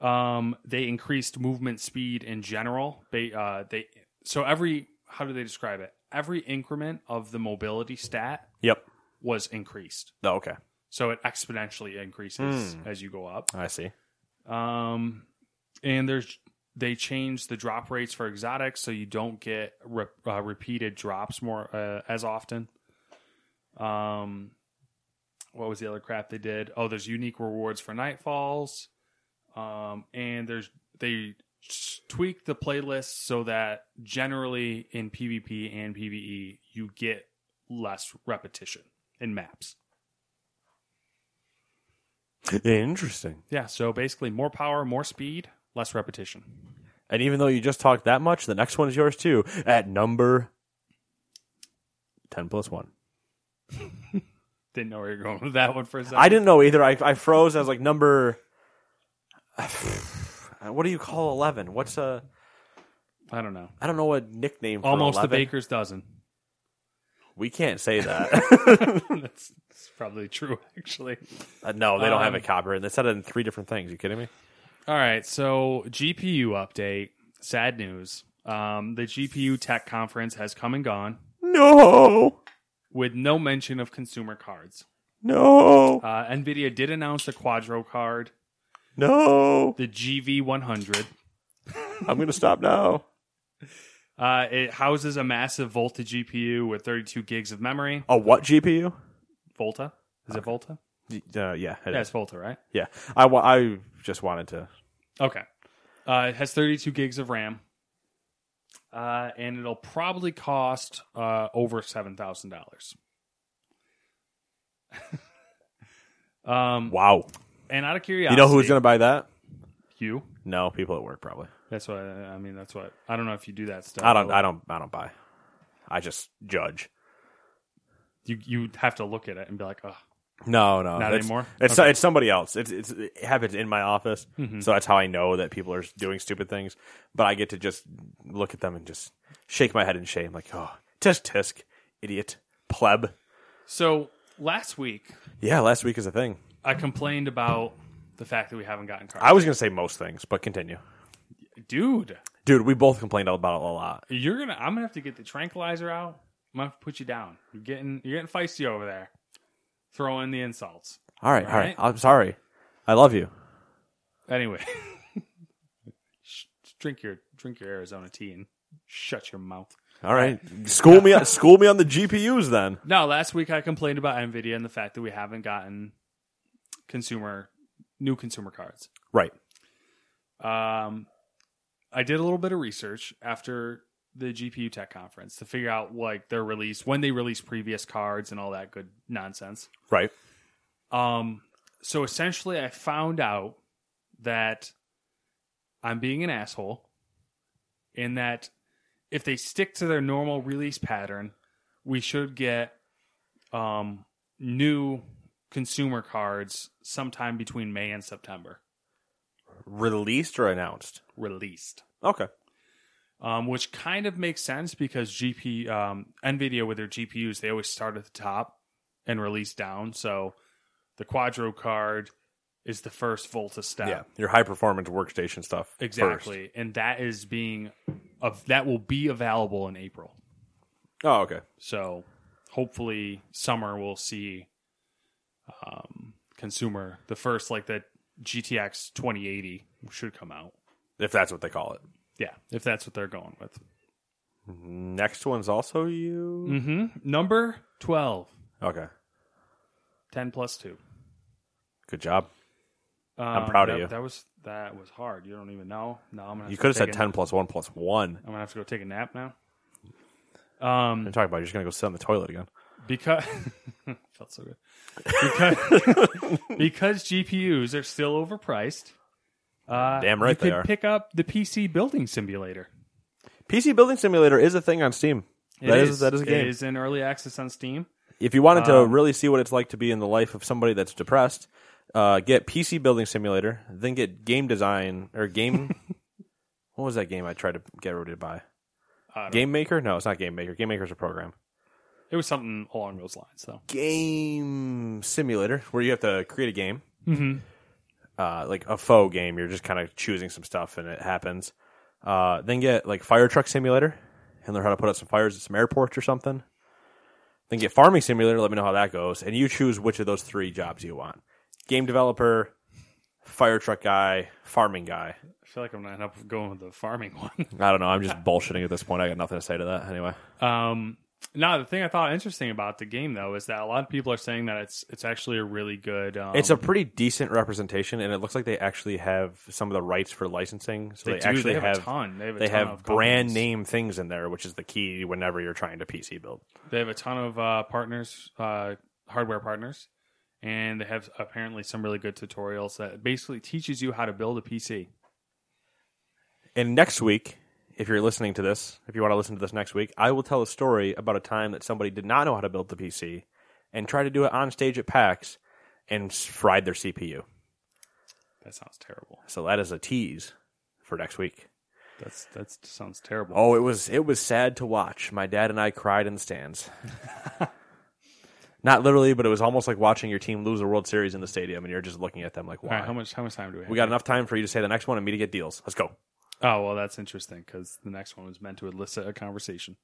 Um, they increased movement speed in general. They uh, they so every how do they describe it? Every increment of the mobility stat yep. was increased, Oh, okay, so it exponentially increases as you go up. I see. Um, and there's they changed the drop rates for exotics, so you don't get re- uh, repeated drops more uh, as often. Um, what was the other crap they did? Oh, there's unique rewards for nightfalls. Um, and there's they s- tweaked the playlist so that generally in PvP and PvE you get less repetition in maps. Interesting. Yeah, so basically more power, more speed, less repetition. And even though you just talked that much, the next one is yours too. At number ten plus one. Didn't know where you're going with that one for a second. I didn't know either. I, I froze. I was like number. What do you call eleven? What's a? I don't know. I don't know a nickname. For Almost the 11. baker's dozen. We can't say that. that's, that's probably true, actually. Uh, no, they don't have Um, a copper, and they said it in three different things. You kidding me? All right, so GPU update. Sad news. Um, the GPU tech conference has come and gone No, with no mention of consumer cards. no, Uh, NVIDIA did announce the Quadro card, no. the GV100. I'm gonna stop now. Uh, it houses a massive Volta GPU with 32 gigs of memory. A what GPU? Volta? Is it Volta? Uh, yeah, it Yeah, is. it's Volta, right? yeah. I wa- I just wanted to. Okay. Uh, it has 32 gigs of RAM. Uh, and it'll probably cost uh, over $7,000. um, Wow. And out of curiosity, You know who's gonna buy that? you? No, people at work probably. That's what I mean. That's what I don't know if you do that stuff. I don't. but I don't. I don't buy. I just judge. You you have to look at it and be like, oh, No, no, Not it's- anymore? It's Okay. Mm-hmm. it's somebody else. It's, it's it happens in my office, so that's how I know that people are doing stupid things. But I get to just look at them and just shake my head in shame, like, oh, tisk tisk, idiot, pleb. So last week Yeah, last week is a thing. I complained about the fact that we haven't gotten cars. I was gonna say most things, but continue, dude. dude. We both complained about it a lot. You're gonna. I'm gonna have to get the tranquilizer out. I'm gonna have to put you down. You're getting. You're getting feisty over there. Throw in the insults. All right, all All right. right. I'm sorry. I love you. Anyway, Sh- drink your drink your Arizona tea and shut your mouth. All right, school me, school me on the GPUs then. No, last week I complained about Nvidia and the fact that we haven't gotten consumer new consumer cards. Right. Um, I did a little bit of research after the GPU Tech conference to figure out like their release, when they release previous cards, and all that good nonsense. Right. Um, so essentially, I found out that I'm being an asshole, in that if they stick to their normal release pattern, we should get um, new consumer cards sometime between May and September Released or announced? released. Okay. um, which kind of makes sense because GP um, Nvidia with their GPUs they always start at the top and release down. So the Quadro card is the first Volta step, Yeah, your high performance workstation stuff. first. exactly, and that is being of that will be available in April. Oh, okay. So hopefully summer we'll see um, consumer the first like the GTX 2080 should come out. If that's what they call it. Yeah, if that's what they're going with. Next one's also you. hmm Number 12, Okay. 10 plus 2. Good job. Um, proud of that- you. That was that was hard. You don't even know. No, I'm You gonna. have to could have take said a- 10 plus 1 plus 1. I'm gonna have to go take a nap now. I'm Um, talking about you're just going to go sit on the toilet again. because felt so good. Because because GPUs are still overpriced. Uh, Damn right you they could are. Pick up the PC building simulator. PC Building Simulator is a thing on Steam. It That is, that is a It game. is Um, in early access on Steam. If you wanted to really see what it's like to be in the life of somebody that's depressed, uh, get PC Building Simulator, then get game design or game. what was that game I tried to get everybody to buy? I don't- Game Maker? No, it's not Game Maker. Game Maker's a program. It was something along those lines, though. Game Simulator, where you have to create a game. Mm-hmm. uh, like a faux game. You're just kind of choosing some stuff and it happens. Uh, then get like fire truck simulator and learn how to put out some fires at some airports or something. Then get farming simulator. Let me know how that goes. And you choose which of those three jobs you want: game developer, fire truck guy, farming guy. I feel like I'm gonna end up going with the farming one. I don't know. I'm just bullshitting at this point. I got nothing to say to that anyway. Um, no, the thing I thought interesting about the game though is that a lot of people are saying that it's it's actually a really good. Um, It's a pretty decent representation, and it looks like they actually have some of the rights for licensing. So They they, do. actually They have a ton. They have a ton of brand companies. name things in there, which is the key whenever you're trying to PC build. they have a ton of uh, partners, uh, hardware partners, and they have apparently some really good tutorials that basically teaches you how to build a PC. And next week, if you're listening to this, if you want to listen to this next week, I will tell a story about a time that somebody did not know how to build the PC and tried to do it on stage at PAX and s- fried their CPU. That sounds terrible. So that is a tease for next week. That's that sounds terrible. Oh, it was it was sad to watch. My dad and I cried in the stands. not literally, but it was almost like watching your team lose a World Series in the stadium and you're just looking at them like, All why? right, how much how much time do we have? we got enough time for you to say the next one and me to get deals. Let's go. Oh well, that's interesting because the next one was meant to elicit a conversation.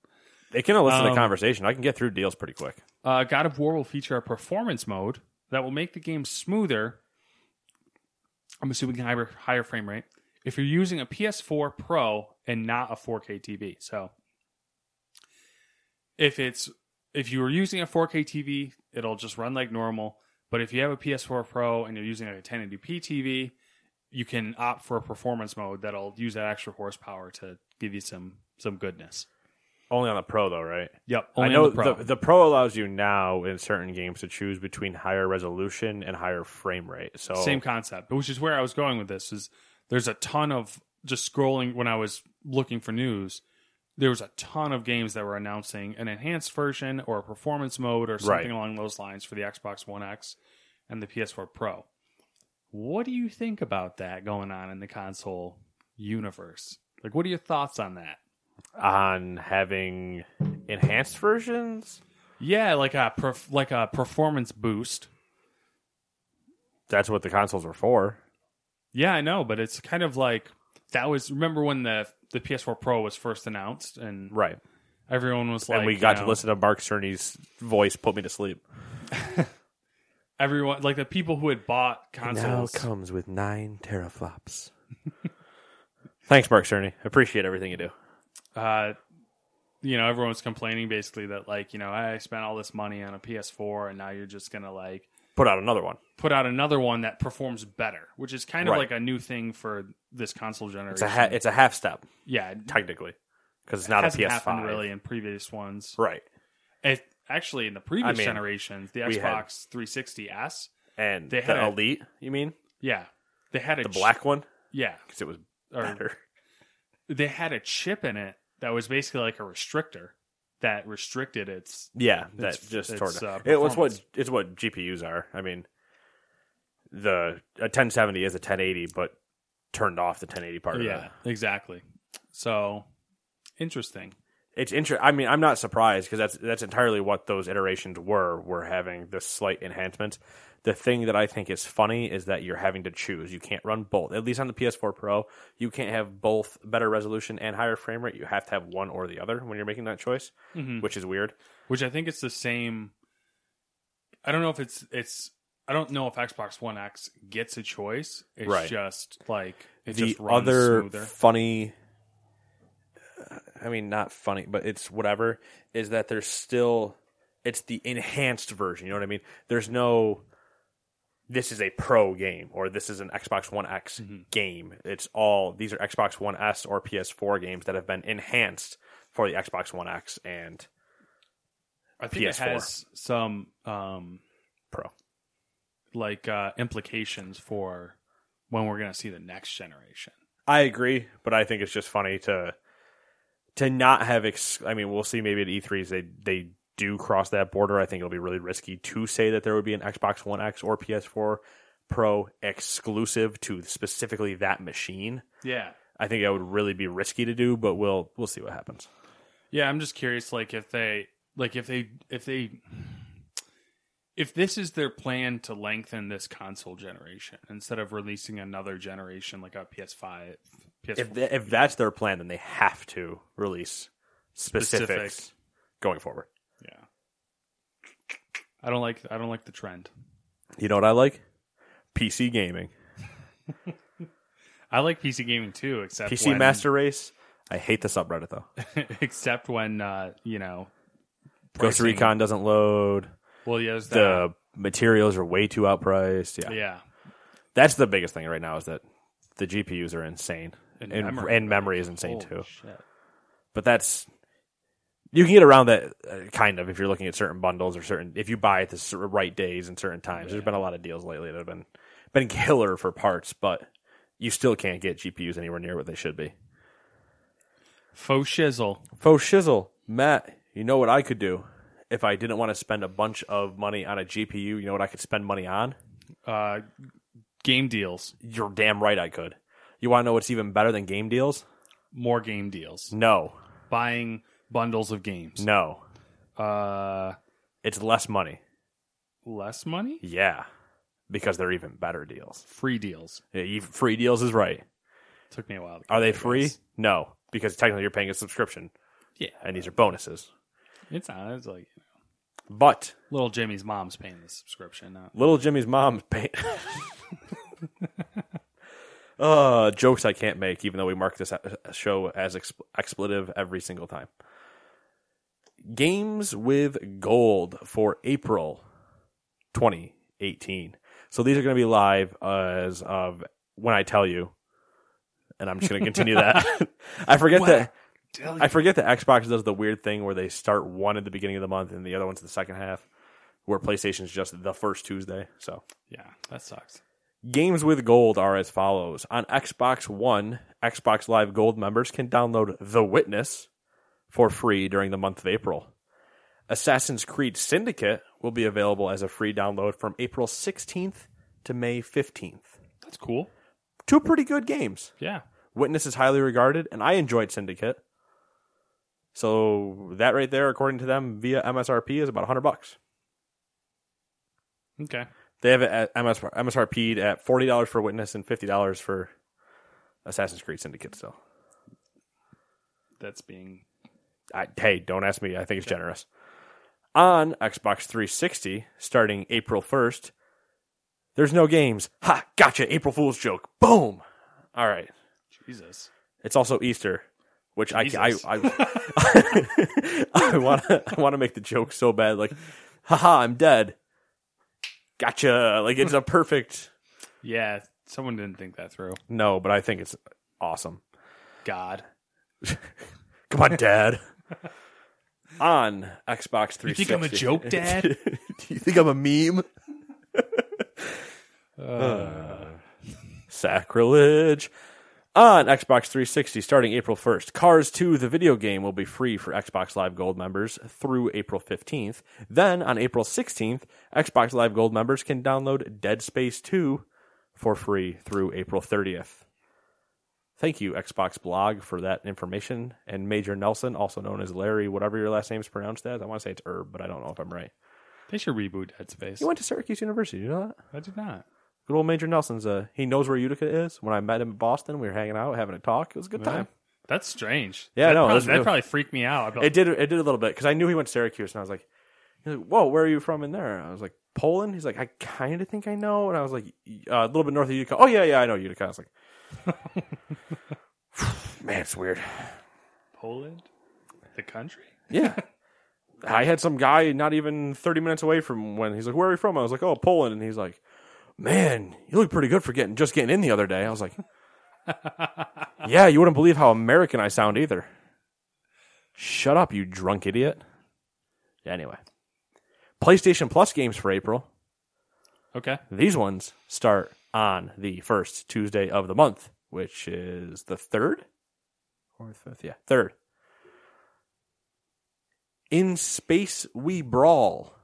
It can elicit a Um, conversation. I can get through deals pretty quick. Uh, God of War will feature a performance mode that will make the game smoother. I'm assuming higher, higher frame rate if you're using a PS4 Pro and not a 4K TV. So if it's if you were using a 4K TV, it'll just run like normal. But if you have a PS4 Pro and you're using like a 1080p TV, you can opt for a performance mode that'll use that extra horsepower to give you some some goodness. Only on the pro though, right? Yep, I only on know the Pro. The, pro allows you now in certain games to choose between higher resolution and higher frame rate. So same concept which is where i was going with this is there's a ton of just scrolling when i was looking for news there was a ton of games that were announcing an enhanced version or a performance mode or something Right. along those lines for the Xbox One X and the PS4 Pro. What do you think about that going on in the console universe? Like, what are your thoughts on that? on having enhanced versions. Yeah, like a perf- like a performance boost. That's what the consoles were for. Yeah, I know, but it's kind of like that was. Remember when the the PS4 Pro was first announced, and Right. everyone was like, and we you got to know, listen to Mark Cerny's voice put me to sleep. Everyone, like the people who had bought consoles, comes with nine teraflops. Thanks, Mark Cerny. Appreciate everything you do. uh, you know, everyone was complaining basically that like you know I spent all this money on a PS4, and now you're just gonna like Put out another one. put out another one that performs better, which is kind of Right. like a new thing for this console generation. It's a ha- it's a half step yeah, technically because it's not a hasn't PS5. happened really in previous ones. Right. It, actually, in the previous mean, generations, the we had- Xbox 360s, And They they had had the a- Elite, you mean yeah, they had a the ch- black one? yeah, Because it was or better. they had a chip in it that was basically like a restrictor that restricted its. Yeah, that It's- just it's, sort of uh, it was what performance. it's what GPUs are. I mean, the a 1070 is a 1080, but turned off the 1080 part. of Yeah, it. exactly. So interesting. it's interesting. I mean, I'm not surprised because that's that's entirely what those iterations were. Were having this slight enhancement. The thing that I think is funny is that you're having to choose. You can't run both. At least on the PS4 Pro, you can't have both better resolution and higher frame rate. You have to have one or the other when you're making that choice, which is weird. which I think it's the same. I don't know if it's it's. I don't know if Xbox One X gets a choice. It's Right. just like it the just runs other smoother. funny uh, i mean not funny but it's whatever is that there's still it's the enhanced version you know what i mean there's no this is a pro game or this is an xbox one x Mm-hmm. game it's all these are xbox one s or ps4 games that have been enhanced for the xbox one x and I think it PS4. has some um pro like uh implications for when we're gonna see the next generation. I agree, but I think it's just funny to to not have. Ex- I mean, we'll see. Maybe at E3s they they do cross that border. I think it'll be really risky to say that there would be an Xbox One X or PS4 Pro exclusive to specifically that machine. Yeah, I think that would really be risky to do, but we'll we'll see what happens. yeah. I'm just curious, like if they like if they if they if this is their plan to lengthen this console generation instead of releasing another generation like a PS5, PS4, If th- if that's their plan, then they have to release specifics Specific. going forward. Yeah. I don't like I don't like the trend. You know what I like? PC gaming, I like PC gaming too, except PC when, Master Race. I hate the subreddit though. except when uh, you know. Ghost pricing- Recon doesn't load. Well, yeah, there's that. the materials are way too outpriced. Yeah. yeah, that's the biggest thing right now is that the GPUs are insane and and memory, is insane Holy too. shit. But that's you can get around that uh, kind of if you're looking at certain bundles or certain if you buy at the cer- right days and certain times. There's been a lot of deals lately that have been been killer for parts, but you still can't get GPUs anywhere near what they should be. Faux shizzle. Faux shizzle, Matt. You know what I could do if I didn't want to spend a bunch of money on a GPU. You know what I could spend money on? Uh, game deals, You're damn right I could. You want to know what's even better than game deals? more game deals, No, buying bundles of games. no. Uh, It's less money. less money, Yeah, because they're even better deals. free deals. Yeah, you- Free deals is right. Took me a while. To Are they get there, free? guys. No, because technically you're paying a subscription, Yeah, and these are bonuses. it's not. It's like But little Jimmy's mom's paying the subscription. Uh, Not little Jimmy's mom's paying. uh, jokes I can't make, even though we mark this uh, show as exp- expletive every single time. Games with gold for April 2018. So these are going to be live as of when I tell you, and I'm just going to continue that. I forget that. I forget that Xbox does the weird thing where they start one at the beginning of the month and the other one's the second half, where PlayStation's just the first Tuesday. So yeah, that sucks. Games with gold are as follows. On Xbox One, Xbox Live Gold members can download The Witness, for free during the month of April. Assassin's Creed Syndicate will be available as a free download from April 16th to May 15th. That's cool. Two pretty good games. Yeah. Witness is highly regarded, and I enjoyed Syndicate. So that right there, according to them, via MSRP is about 100 bucks. Okay. They have it at MS, MSRP'd at forty dollars for Witness and fifty dollars for Assassin's Creed Syndicate. Still, That's being I, hey, don't ask me. I think it's generous. On Xbox 360, starting April 1st, there's no games. Ha! Gotcha. April Fool's joke. Boom. All right. Jesus. It's also Easter, which I I Jesus. I, I want to I want to make the joke so bad. Like, haha, I'm dead. Gotcha. Like it's a perfect. Yeah. Someone didn't think that through. No, but I think it's awesome. God. Come on, Dad. On Xbox 360. You think I'm a joke, Dad? Do you think I'm a meme? Uh. Sacrilege. On Xbox 360, starting April 1st, Cars 2, the video game, will be free for Xbox Live Gold members through April 15th. Then, on April 16th, Xbox Live Gold members can download Dead Space 2 for free through April 30th. Thank you, Xbox Blog, for that information. And Major Nelson, also known as Larry, whatever your last name is pronounced as. I want to say it's Herb, but I don't know if I'm right. They should reboot Dead Space. He went to Syracuse University, you know that? I did not. Good old Major Nelson's. Uh, he knows where Utica is. When I met him in Boston, we were hanging out, having a talk. It was a good time. That's strange. Yeah, that no, probably, that's that real. probably freaked me out. I'd be like, It did. It did a little bit because I knew he went to Syracuse, and I was like, he's like, "Whoa, where are you from?" In there, I was like, "Poland." He's like, "I kind of think I know," and I was like, "Y- uh, "A little bit north of Utica." Oh yeah, yeah, I know Utica. I was like, "Man, it's weird." Poland, the country. Yeah. I had some guy not even 30 minutes away from when he's like, Where are you from? I was like, Oh, Poland. And he's like, Man, you look pretty good for getting just getting in the other day. I was like, Yeah, you wouldn't believe how American I sound either. Shut up, you drunk idiot. Anyway, PlayStation Plus games for April. Okay. These ones start on the first Tuesday of the month, which is the third or fifth. Yeah, third. In Space We Brawl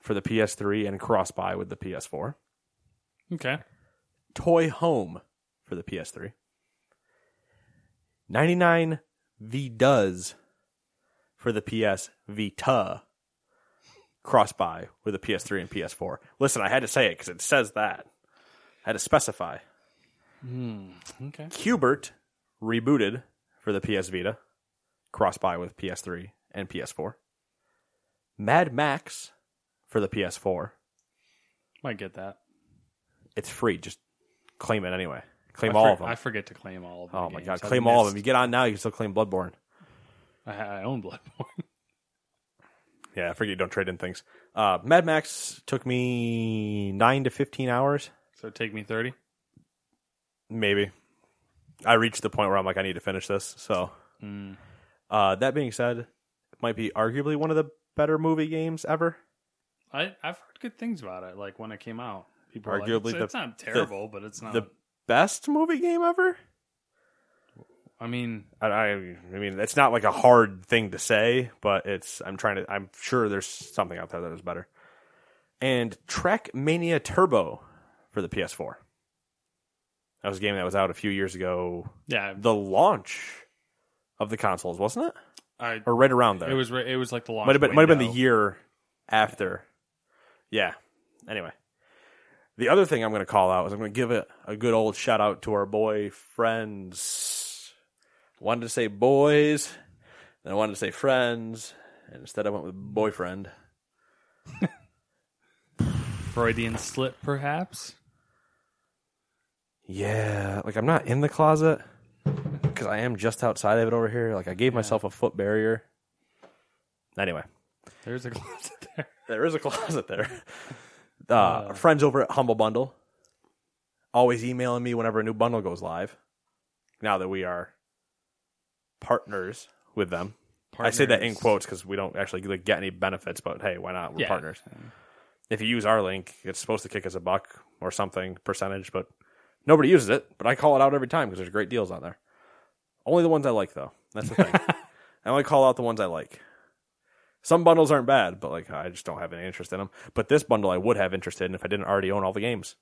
for the PS3 and cross by with the PS4. Okay. Toy Home for the PS3. 99 V Does for the PS Vita. Cross by with the PS3 and PS4. Listen, I had to say it because it says that. I had to specify. Hmm, Okay. Cubert rebooted for the PS Vita. Cross by with PS3 and PS4. Mad Max for the PS4. Might get that. It's free. Just claim it anyway. Claim I all for- of them. I forget to claim all of them. Oh my god, claim all of them. You get on now, you can still claim Bloodborne. I, I own Bloodborne. Yeah, I forget you don't trade in things. Uh, Mad Max took me nine to fifteen hours, so take me 30. maybe. I reached the point where I'm like, I need to finish this. So, uh, that being said, it might be arguably one of the better movie games ever. I, I've heard good things about it, like when it came out. People Arguably, Arguably it's, the- it's not the- terrible, but it's not. The best movie game ever. I mean, I, I, I mean, it's not like a hard thing to say, but it's. I'm trying to. I'm sure there's something out there that is better. And Trek Mania Turbo for the PS4. That was a game that was out a few years ago. yeah, The launch of the consoles, wasn't it? I, Or right around there. it was re- it was like the launch. might have been might have been the window. year after. Yeah. Anyway, the other thing I'm going to call out is I'm going to give it a good old shout out to our boy friends. I wanted to say boys, then I wanted to say friends, and instead I went with boyfriend. Freudian slip, perhaps. Yeah, like I'm not in the closet because I am just outside of it over here. Like I gave myself a foot barrier. Anyway, There's a closet there. There is a closet there. Uh, our friends over at Humble Bundle always emailing me whenever a new bundle goes live. Now that we are partners with them, I say that in Partners. quotes because we don't actually like, get any benefits. But hey, why not? We're Yeah. partners. If you use our link, it's supposed to kick us a buck or something percentage, but nobody uses it. But I call it out every time because there's great deals on there. Only the ones I like though. That's the thing. I only call out the ones I like. Some bundles aren't bad, but like I just don't have any interest in them. But this bundle I would have interest in if I didn't already own all the games.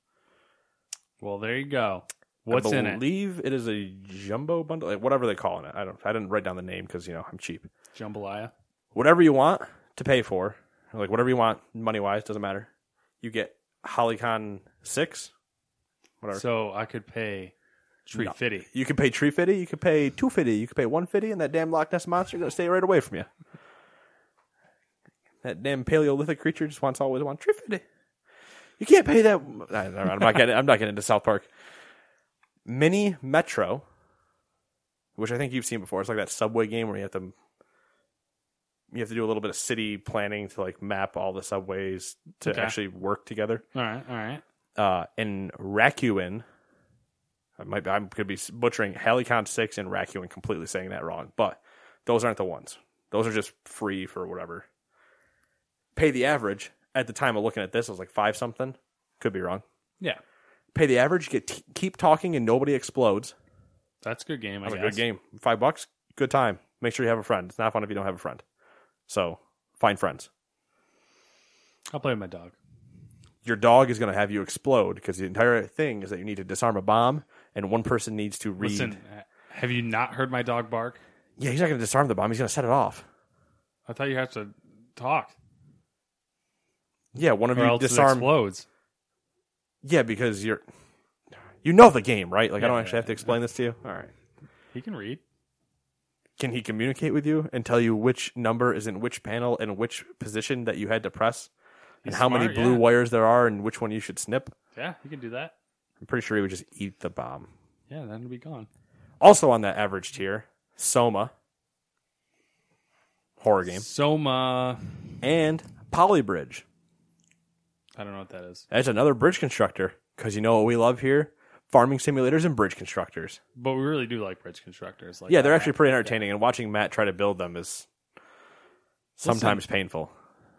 Well, there you go. What's I in it? believe it is a jumbo bundle, like whatever they call it. I don't. I didn't write down the name because you know I'm cheap. Jambalaya. Whatever you want to pay for, like whatever you want money wise, doesn't matter. You get Holicon six. Whatever. So I could pay three No. fifty. You could pay three fifty, you could pay two fifty, you could pay one fifty, and that damn Loch Ness monster gonna stay right away from you. That damn Paleolithic creature just wants always want three fifty. You can't pay that. I- I'm not getting. I'm not getting into South Park. Mini Metro, which I think you've seen before. It's like that subway game where you have to you have to do a little bit of city planning to like map all the subways to Okay. actually work together All right, all right. uh, in Rakuin. I might be, I'm going to be butchering Helicon 6 and Rakuin completely saying that wrong, but those aren't the ones. Those are just free for whatever. Pay the average. At the time of looking at this, it was like five something. Could be wrong. Yeah, Pay the average, get t- keep talking, and nobody explodes. that's a good game. I That's a guess. good game. Five bucks, good time. Make sure you have a friend. It's not fun if you don't have a friend. So find friends. I'll play with my dog. your dog is going to have you explode because the entire thing is that you need to disarm a bomb and one person needs to read. Listen, have you not heard my dog bark? Yeah, he's not going to disarm the bomb. He's going to set it off. I thought you have to talk, Yeah, one of or you else it disarm. explodes. Yeah, because you're, you know the game, right? Like I Yeah, don't actually yeah, have to explain this to you. All right. He can read. Can he communicate with you and tell you which number is in which panel and which position that you had to press, and He's how smart, many blue yeah. wires there are, and which one you should snip? Yeah, he can do that. I'm pretty sure he would just eat the bomb. Yeah, then it'll be gone. Also on that average tier, Soma, horror game, Soma. and Polybridge. I don't know what that is. That's another bridge constructor because you know what we love here: farming simulators and bridge constructors. But we really do like bridge constructors. Like yeah, they're that. actually pretty entertaining, and watching Matt try to build them is sometimes painful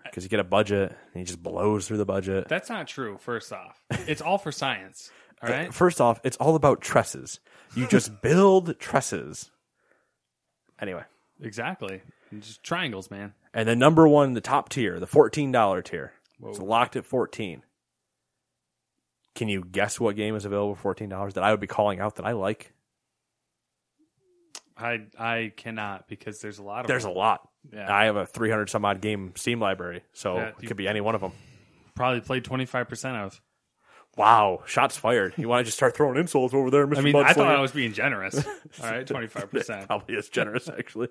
because you get a budget and he just blows through the budget. That's not true. First off, it's all for science. All right. First off, it's all about trusses. You just build trusses. Anyway, Exactly. Just triangles, man. and the number one, the top tier, the fourteen dollar tier, it's locked at fourteen. Can you guess what game is available for fourteen dollars that I would be calling out that I like? I I cannot because there's a lot of There's a them. lot. Yeah. I have a 300 some odd game Steam library, so Yeah, it you- could be any one of them. probably played twenty five percent of. Wow, shots fired. You want to just start throwing insults over there, Mr. I mean, I thought Mudslinger? I was being generous. All right, twenty five percent. Probably is generous, actually.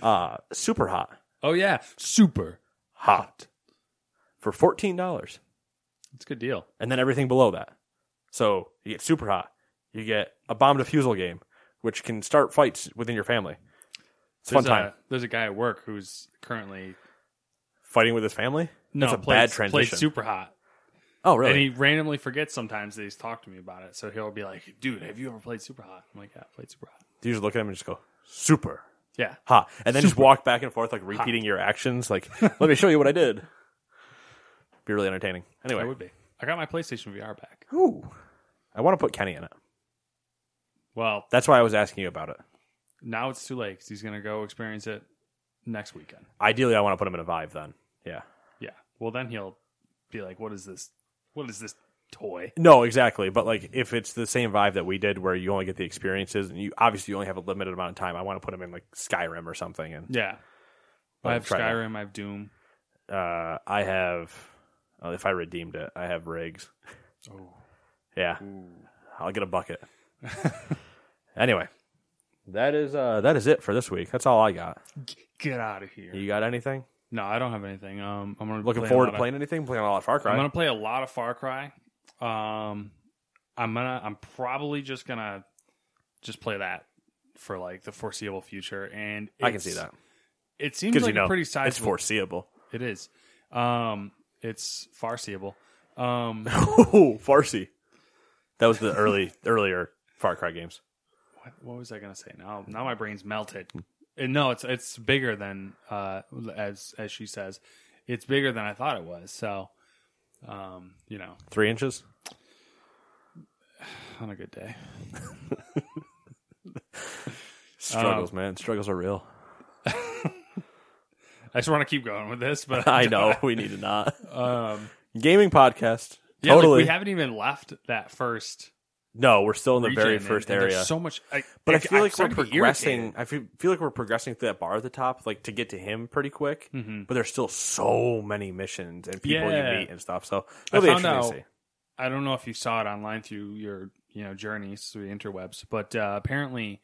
Uh, super hot. Oh yeah, super. Hot. For $14. It's a good deal. And then everything below that. So you get super hot. You get a bomb defusal game, which can start fights within your family. It's fun There's time. A, there's a guy at work who's currently Fighting with his family? no That's a plays- bad Plays transition. super hot, oh, really? and he randomly forgets sometimes that he's talked to me about it. So he'll be like, "Dude, have you ever played super hot?" I'm like, "Yeah, I played super hot." you just look at him and just go, super Yeah, hot. And then just walk back and forth, like repeating your actions. Like, let me show you what I did. Be really entertaining. Anyway, I would be. I got my PlayStation VR back. Ooh. I want to put Kenny in it. Well, That's why I was asking you about it. now it's too late 'cause he's gonna go experience it next weekend. Ideally, I want to put him in a Vive then. Yeah. Yeah. Well, then he'll be like, "What is this? What is this toy?" No, exactly. But like, if it's the same Vive that we did, where you only get the experiences, and you obviously you only have a limited amount of time, I want to put him in like Skyrim or something. And Yeah. Well, I have try that. Skyrim. I have Doom. uh, I have, uh, if I redeemed it, I have rigs. Oh. Yeah. I'll get a bucket. anyway, that is uh, that is it for this week. That's all I got. Get out of here. You got anything? No, I don't have anything. Um, I'm gonna be Looking playing a forward lot to of- playing anything? Playing a lot of Far Cry. I'm gonna play a lot of Far Cry. Um, I'm gonna. I'm probably just gonna just play that for like the foreseeable future. And I can it's- see that It seems because like you know a pretty it's sizable. foreseeable. It is. Um, it's foreseeable. Um, Oh, Farsi. That was the early earlier Far Cry games. what, what was I gonna say? Now, now my brain's melted. And no, it's it's bigger than uh as as she says, it's bigger than I thought it was. So, um, you know, Three inches. on a good day. Um, Struggles, man. Struggles are real. I just want to keep going with this, but I know we need to not Um, gaming podcast. yeah, totally. like, we haven't even left that first no, we're still in the region, very and- first and there's area. So much, I, but I I'm feel like we're starting to be progressing. irritated. I feel, feel like we're progressing through that bar at the top, like to get to him pretty quick. Mhm. But there's still so many missions and people Yeah. you meet and stuff. So I it'll be found interesting out. to see. I don't know if you saw it online through your you know journeys through the interwebs, but uh, apparently,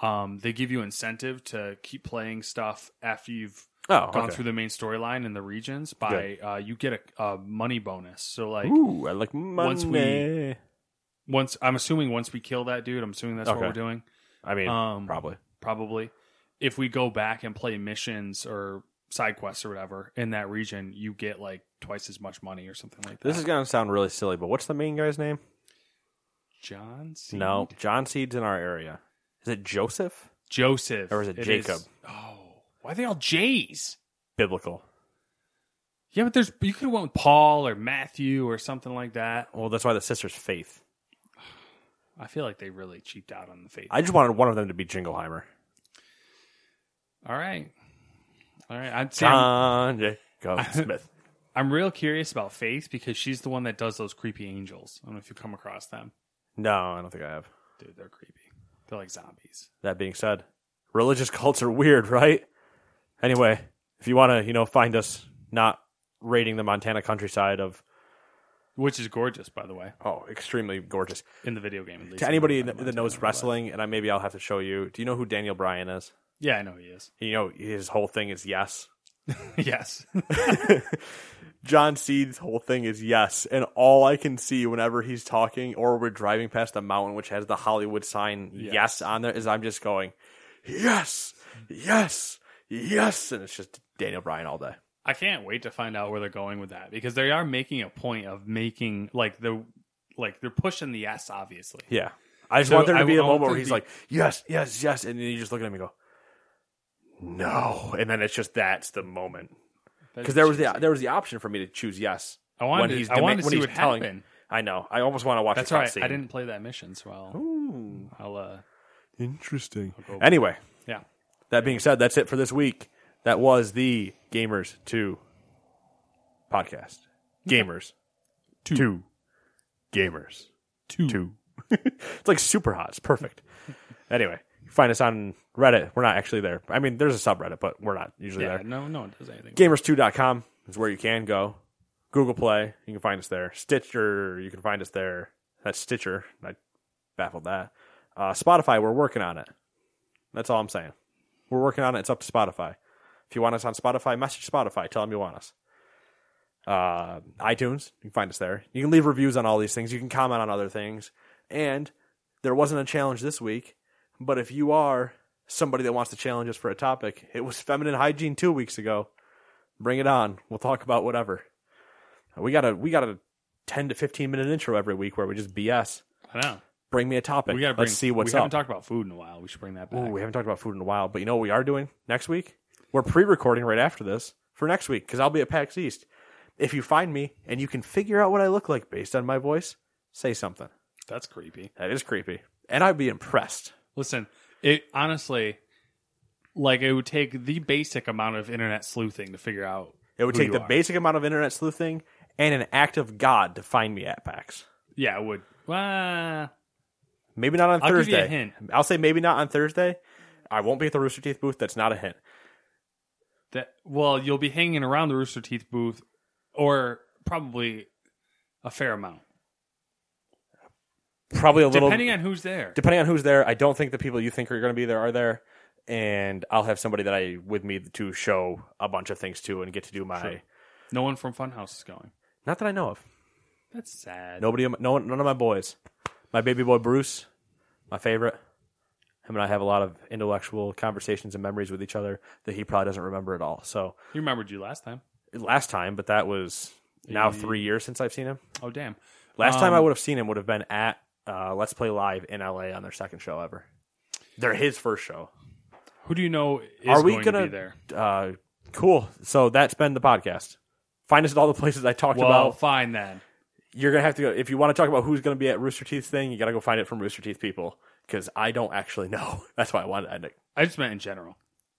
um, they give you incentive to keep playing stuff after you've Oh, gone okay. through the main storyline in the regions by uh, you get a, a money bonus. So like Ooh, I like money. once we- once I'm assuming once we kill that dude, I'm assuming that's what Okay. we're doing. I mean, Um, probably. Probably, if we go back and play missions or side quests or whatever in that region, you get like twice as much money or something like that. This is gonna sound really silly, but what's the main guy's name? John. Seed? No, John Seed's in our area. Is it Joseph? Joseph. Or is it Jacob? oh, why are they all J's? Biblical. Yeah, but there's you could have went with Paul or Matthew or something like that. Well, that's why the sister's Faith. I feel like they really cheaped out on the faith. I just wanted one of them to be Jingleheimer. all right, all right. I'd say I'm, John Jacob Smith. I'm real curious about Faith because she's the one that does those creepy angels. I don't know if you come across them, No, I don't think I have. dude. They're creepy. They're like zombies. That being said, religious cults are weird, right? Anyway, if you want to, you know, find us not raiding the Montana countryside of Which is gorgeous, by the way, oh, extremely gorgeous. in the video game. At least To anybody that, Montana, that knows but- wrestling, and I maybe I'll have to show you. Do you know who Daniel Bryan is? yeah, I know he is. You know his whole thing is yes. yes, John Seed's whole thing is yes, and all I can see whenever he's talking or we're driving past a mountain which has the Hollywood sign yes, on there is I'm just going, yes, yes, yes, and it's just Daniel Bryan all day. I can't wait to find out where they're going with that because they are making a point of making like the like they're pushing the yes, obviously. Yeah, I just So want there to I- be a I moment want there where to he's be- like yes, yes, yes, and then you just look at him and go, no, and then it's just that's the moment because there was the there was the option for me to choose yes. I wanted to- I dema- wanted to see what telling- happened. I know. I almost want to watch. That's the all right. cutscene. I didn't play that mission, so I'll, I'll uh, Interesting. Anyway, yeah. That being said, that's it for this week. That was the Gamers 2 podcast. Gamers 2. Gamers 2. it's like super hot. It's perfect. anyway, you can find us on Reddit. We're not actually there. I mean, there's a subreddit, but we're not usually Yeah, there. no, no one does anything. Gamers2.com is where you can go. Google Play, you can find us there. Stitcher, you can find us there. That's Stitcher. I baffled that. Uh, Spotify, we're working on it. That's all I'm saying. We're working on it. It's up to Spotify. If you want us on Spotify, message Spotify. Tell them you want us. Uh, iTunes, you can find us there. You can leave reviews on all these things. You can comment on other things. And there wasn't a challenge this week, but if you are somebody that wants to challenge us for a topic, it was feminine hygiene two weeks ago bring it on. We'll talk about whatever. We got a we got a ten to fifteen minute intro every week where we just BS. I know. Bring me a topic. We gotta bring, Let's see what's we up. haven't talked about food in a while. We should bring that back. Ooh, we haven't talked about food in a while, but you know what we are doing next week? We're pre-recording right after this for next week because I'll be at PAX East. If you find me and you can figure out what I look like based on my voice, say something. That's creepy. That is creepy, and I'd be impressed. Listen, it honestly, like it would take the basic amount of internet sleuthing to figure out. It would who take you the are. basic amount of internet sleuthing and an act of God to find me at PAX. Yeah, it would. Well, Maybe not on I'll give Thursday. you a hint. I'll say maybe not on Thursday. I won't be at the Rooster Teeth booth. That's not a hint. that well, you'll be hanging around the Rooster Teeth booth, or probably a fair amount, Probably a little depending on who's there. depending on who's there. I don't think the people you think are going to be there are there, and I'll have somebody that I with me to show a bunch of things to and get to do my. Sure. no one from Funhouse is going. Not that I know of. That's sad. Nobody. No. one- None of my boys. My baby boy Bruce, my favorite. Him and I have a lot of intellectual conversations and memories with each other that he probably doesn't remember at all. So He remembered you last time. last time, but that was now three years since I've seen him. Oh damn. Last time Um, I would have seen him would have been at uh, Let's Play Live in LA on their second show ever. They're his first show. Who do you know is Are we going gonna to be there? Uh, cool. So that's been the podcast. Find us at all the places I talked Well, about. fine then. You're gonna have to go if you want to talk about who's gonna be at Rooster Teeth's thing. You gotta go find it from Rooster Teeth people because I don't actually know. That's why I wanted. I, I just meant in general.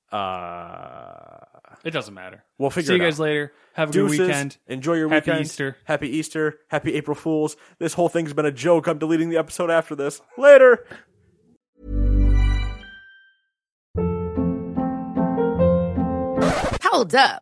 Uh, It doesn't matter. We'll figure See it you guys out. later. Have a Deuces. good weekend. Enjoy your Happy weekend. Easter. Happy Easter. Happy April Fools. This whole thing's been a joke. I'm deleting the episode after this. Later. Hold up.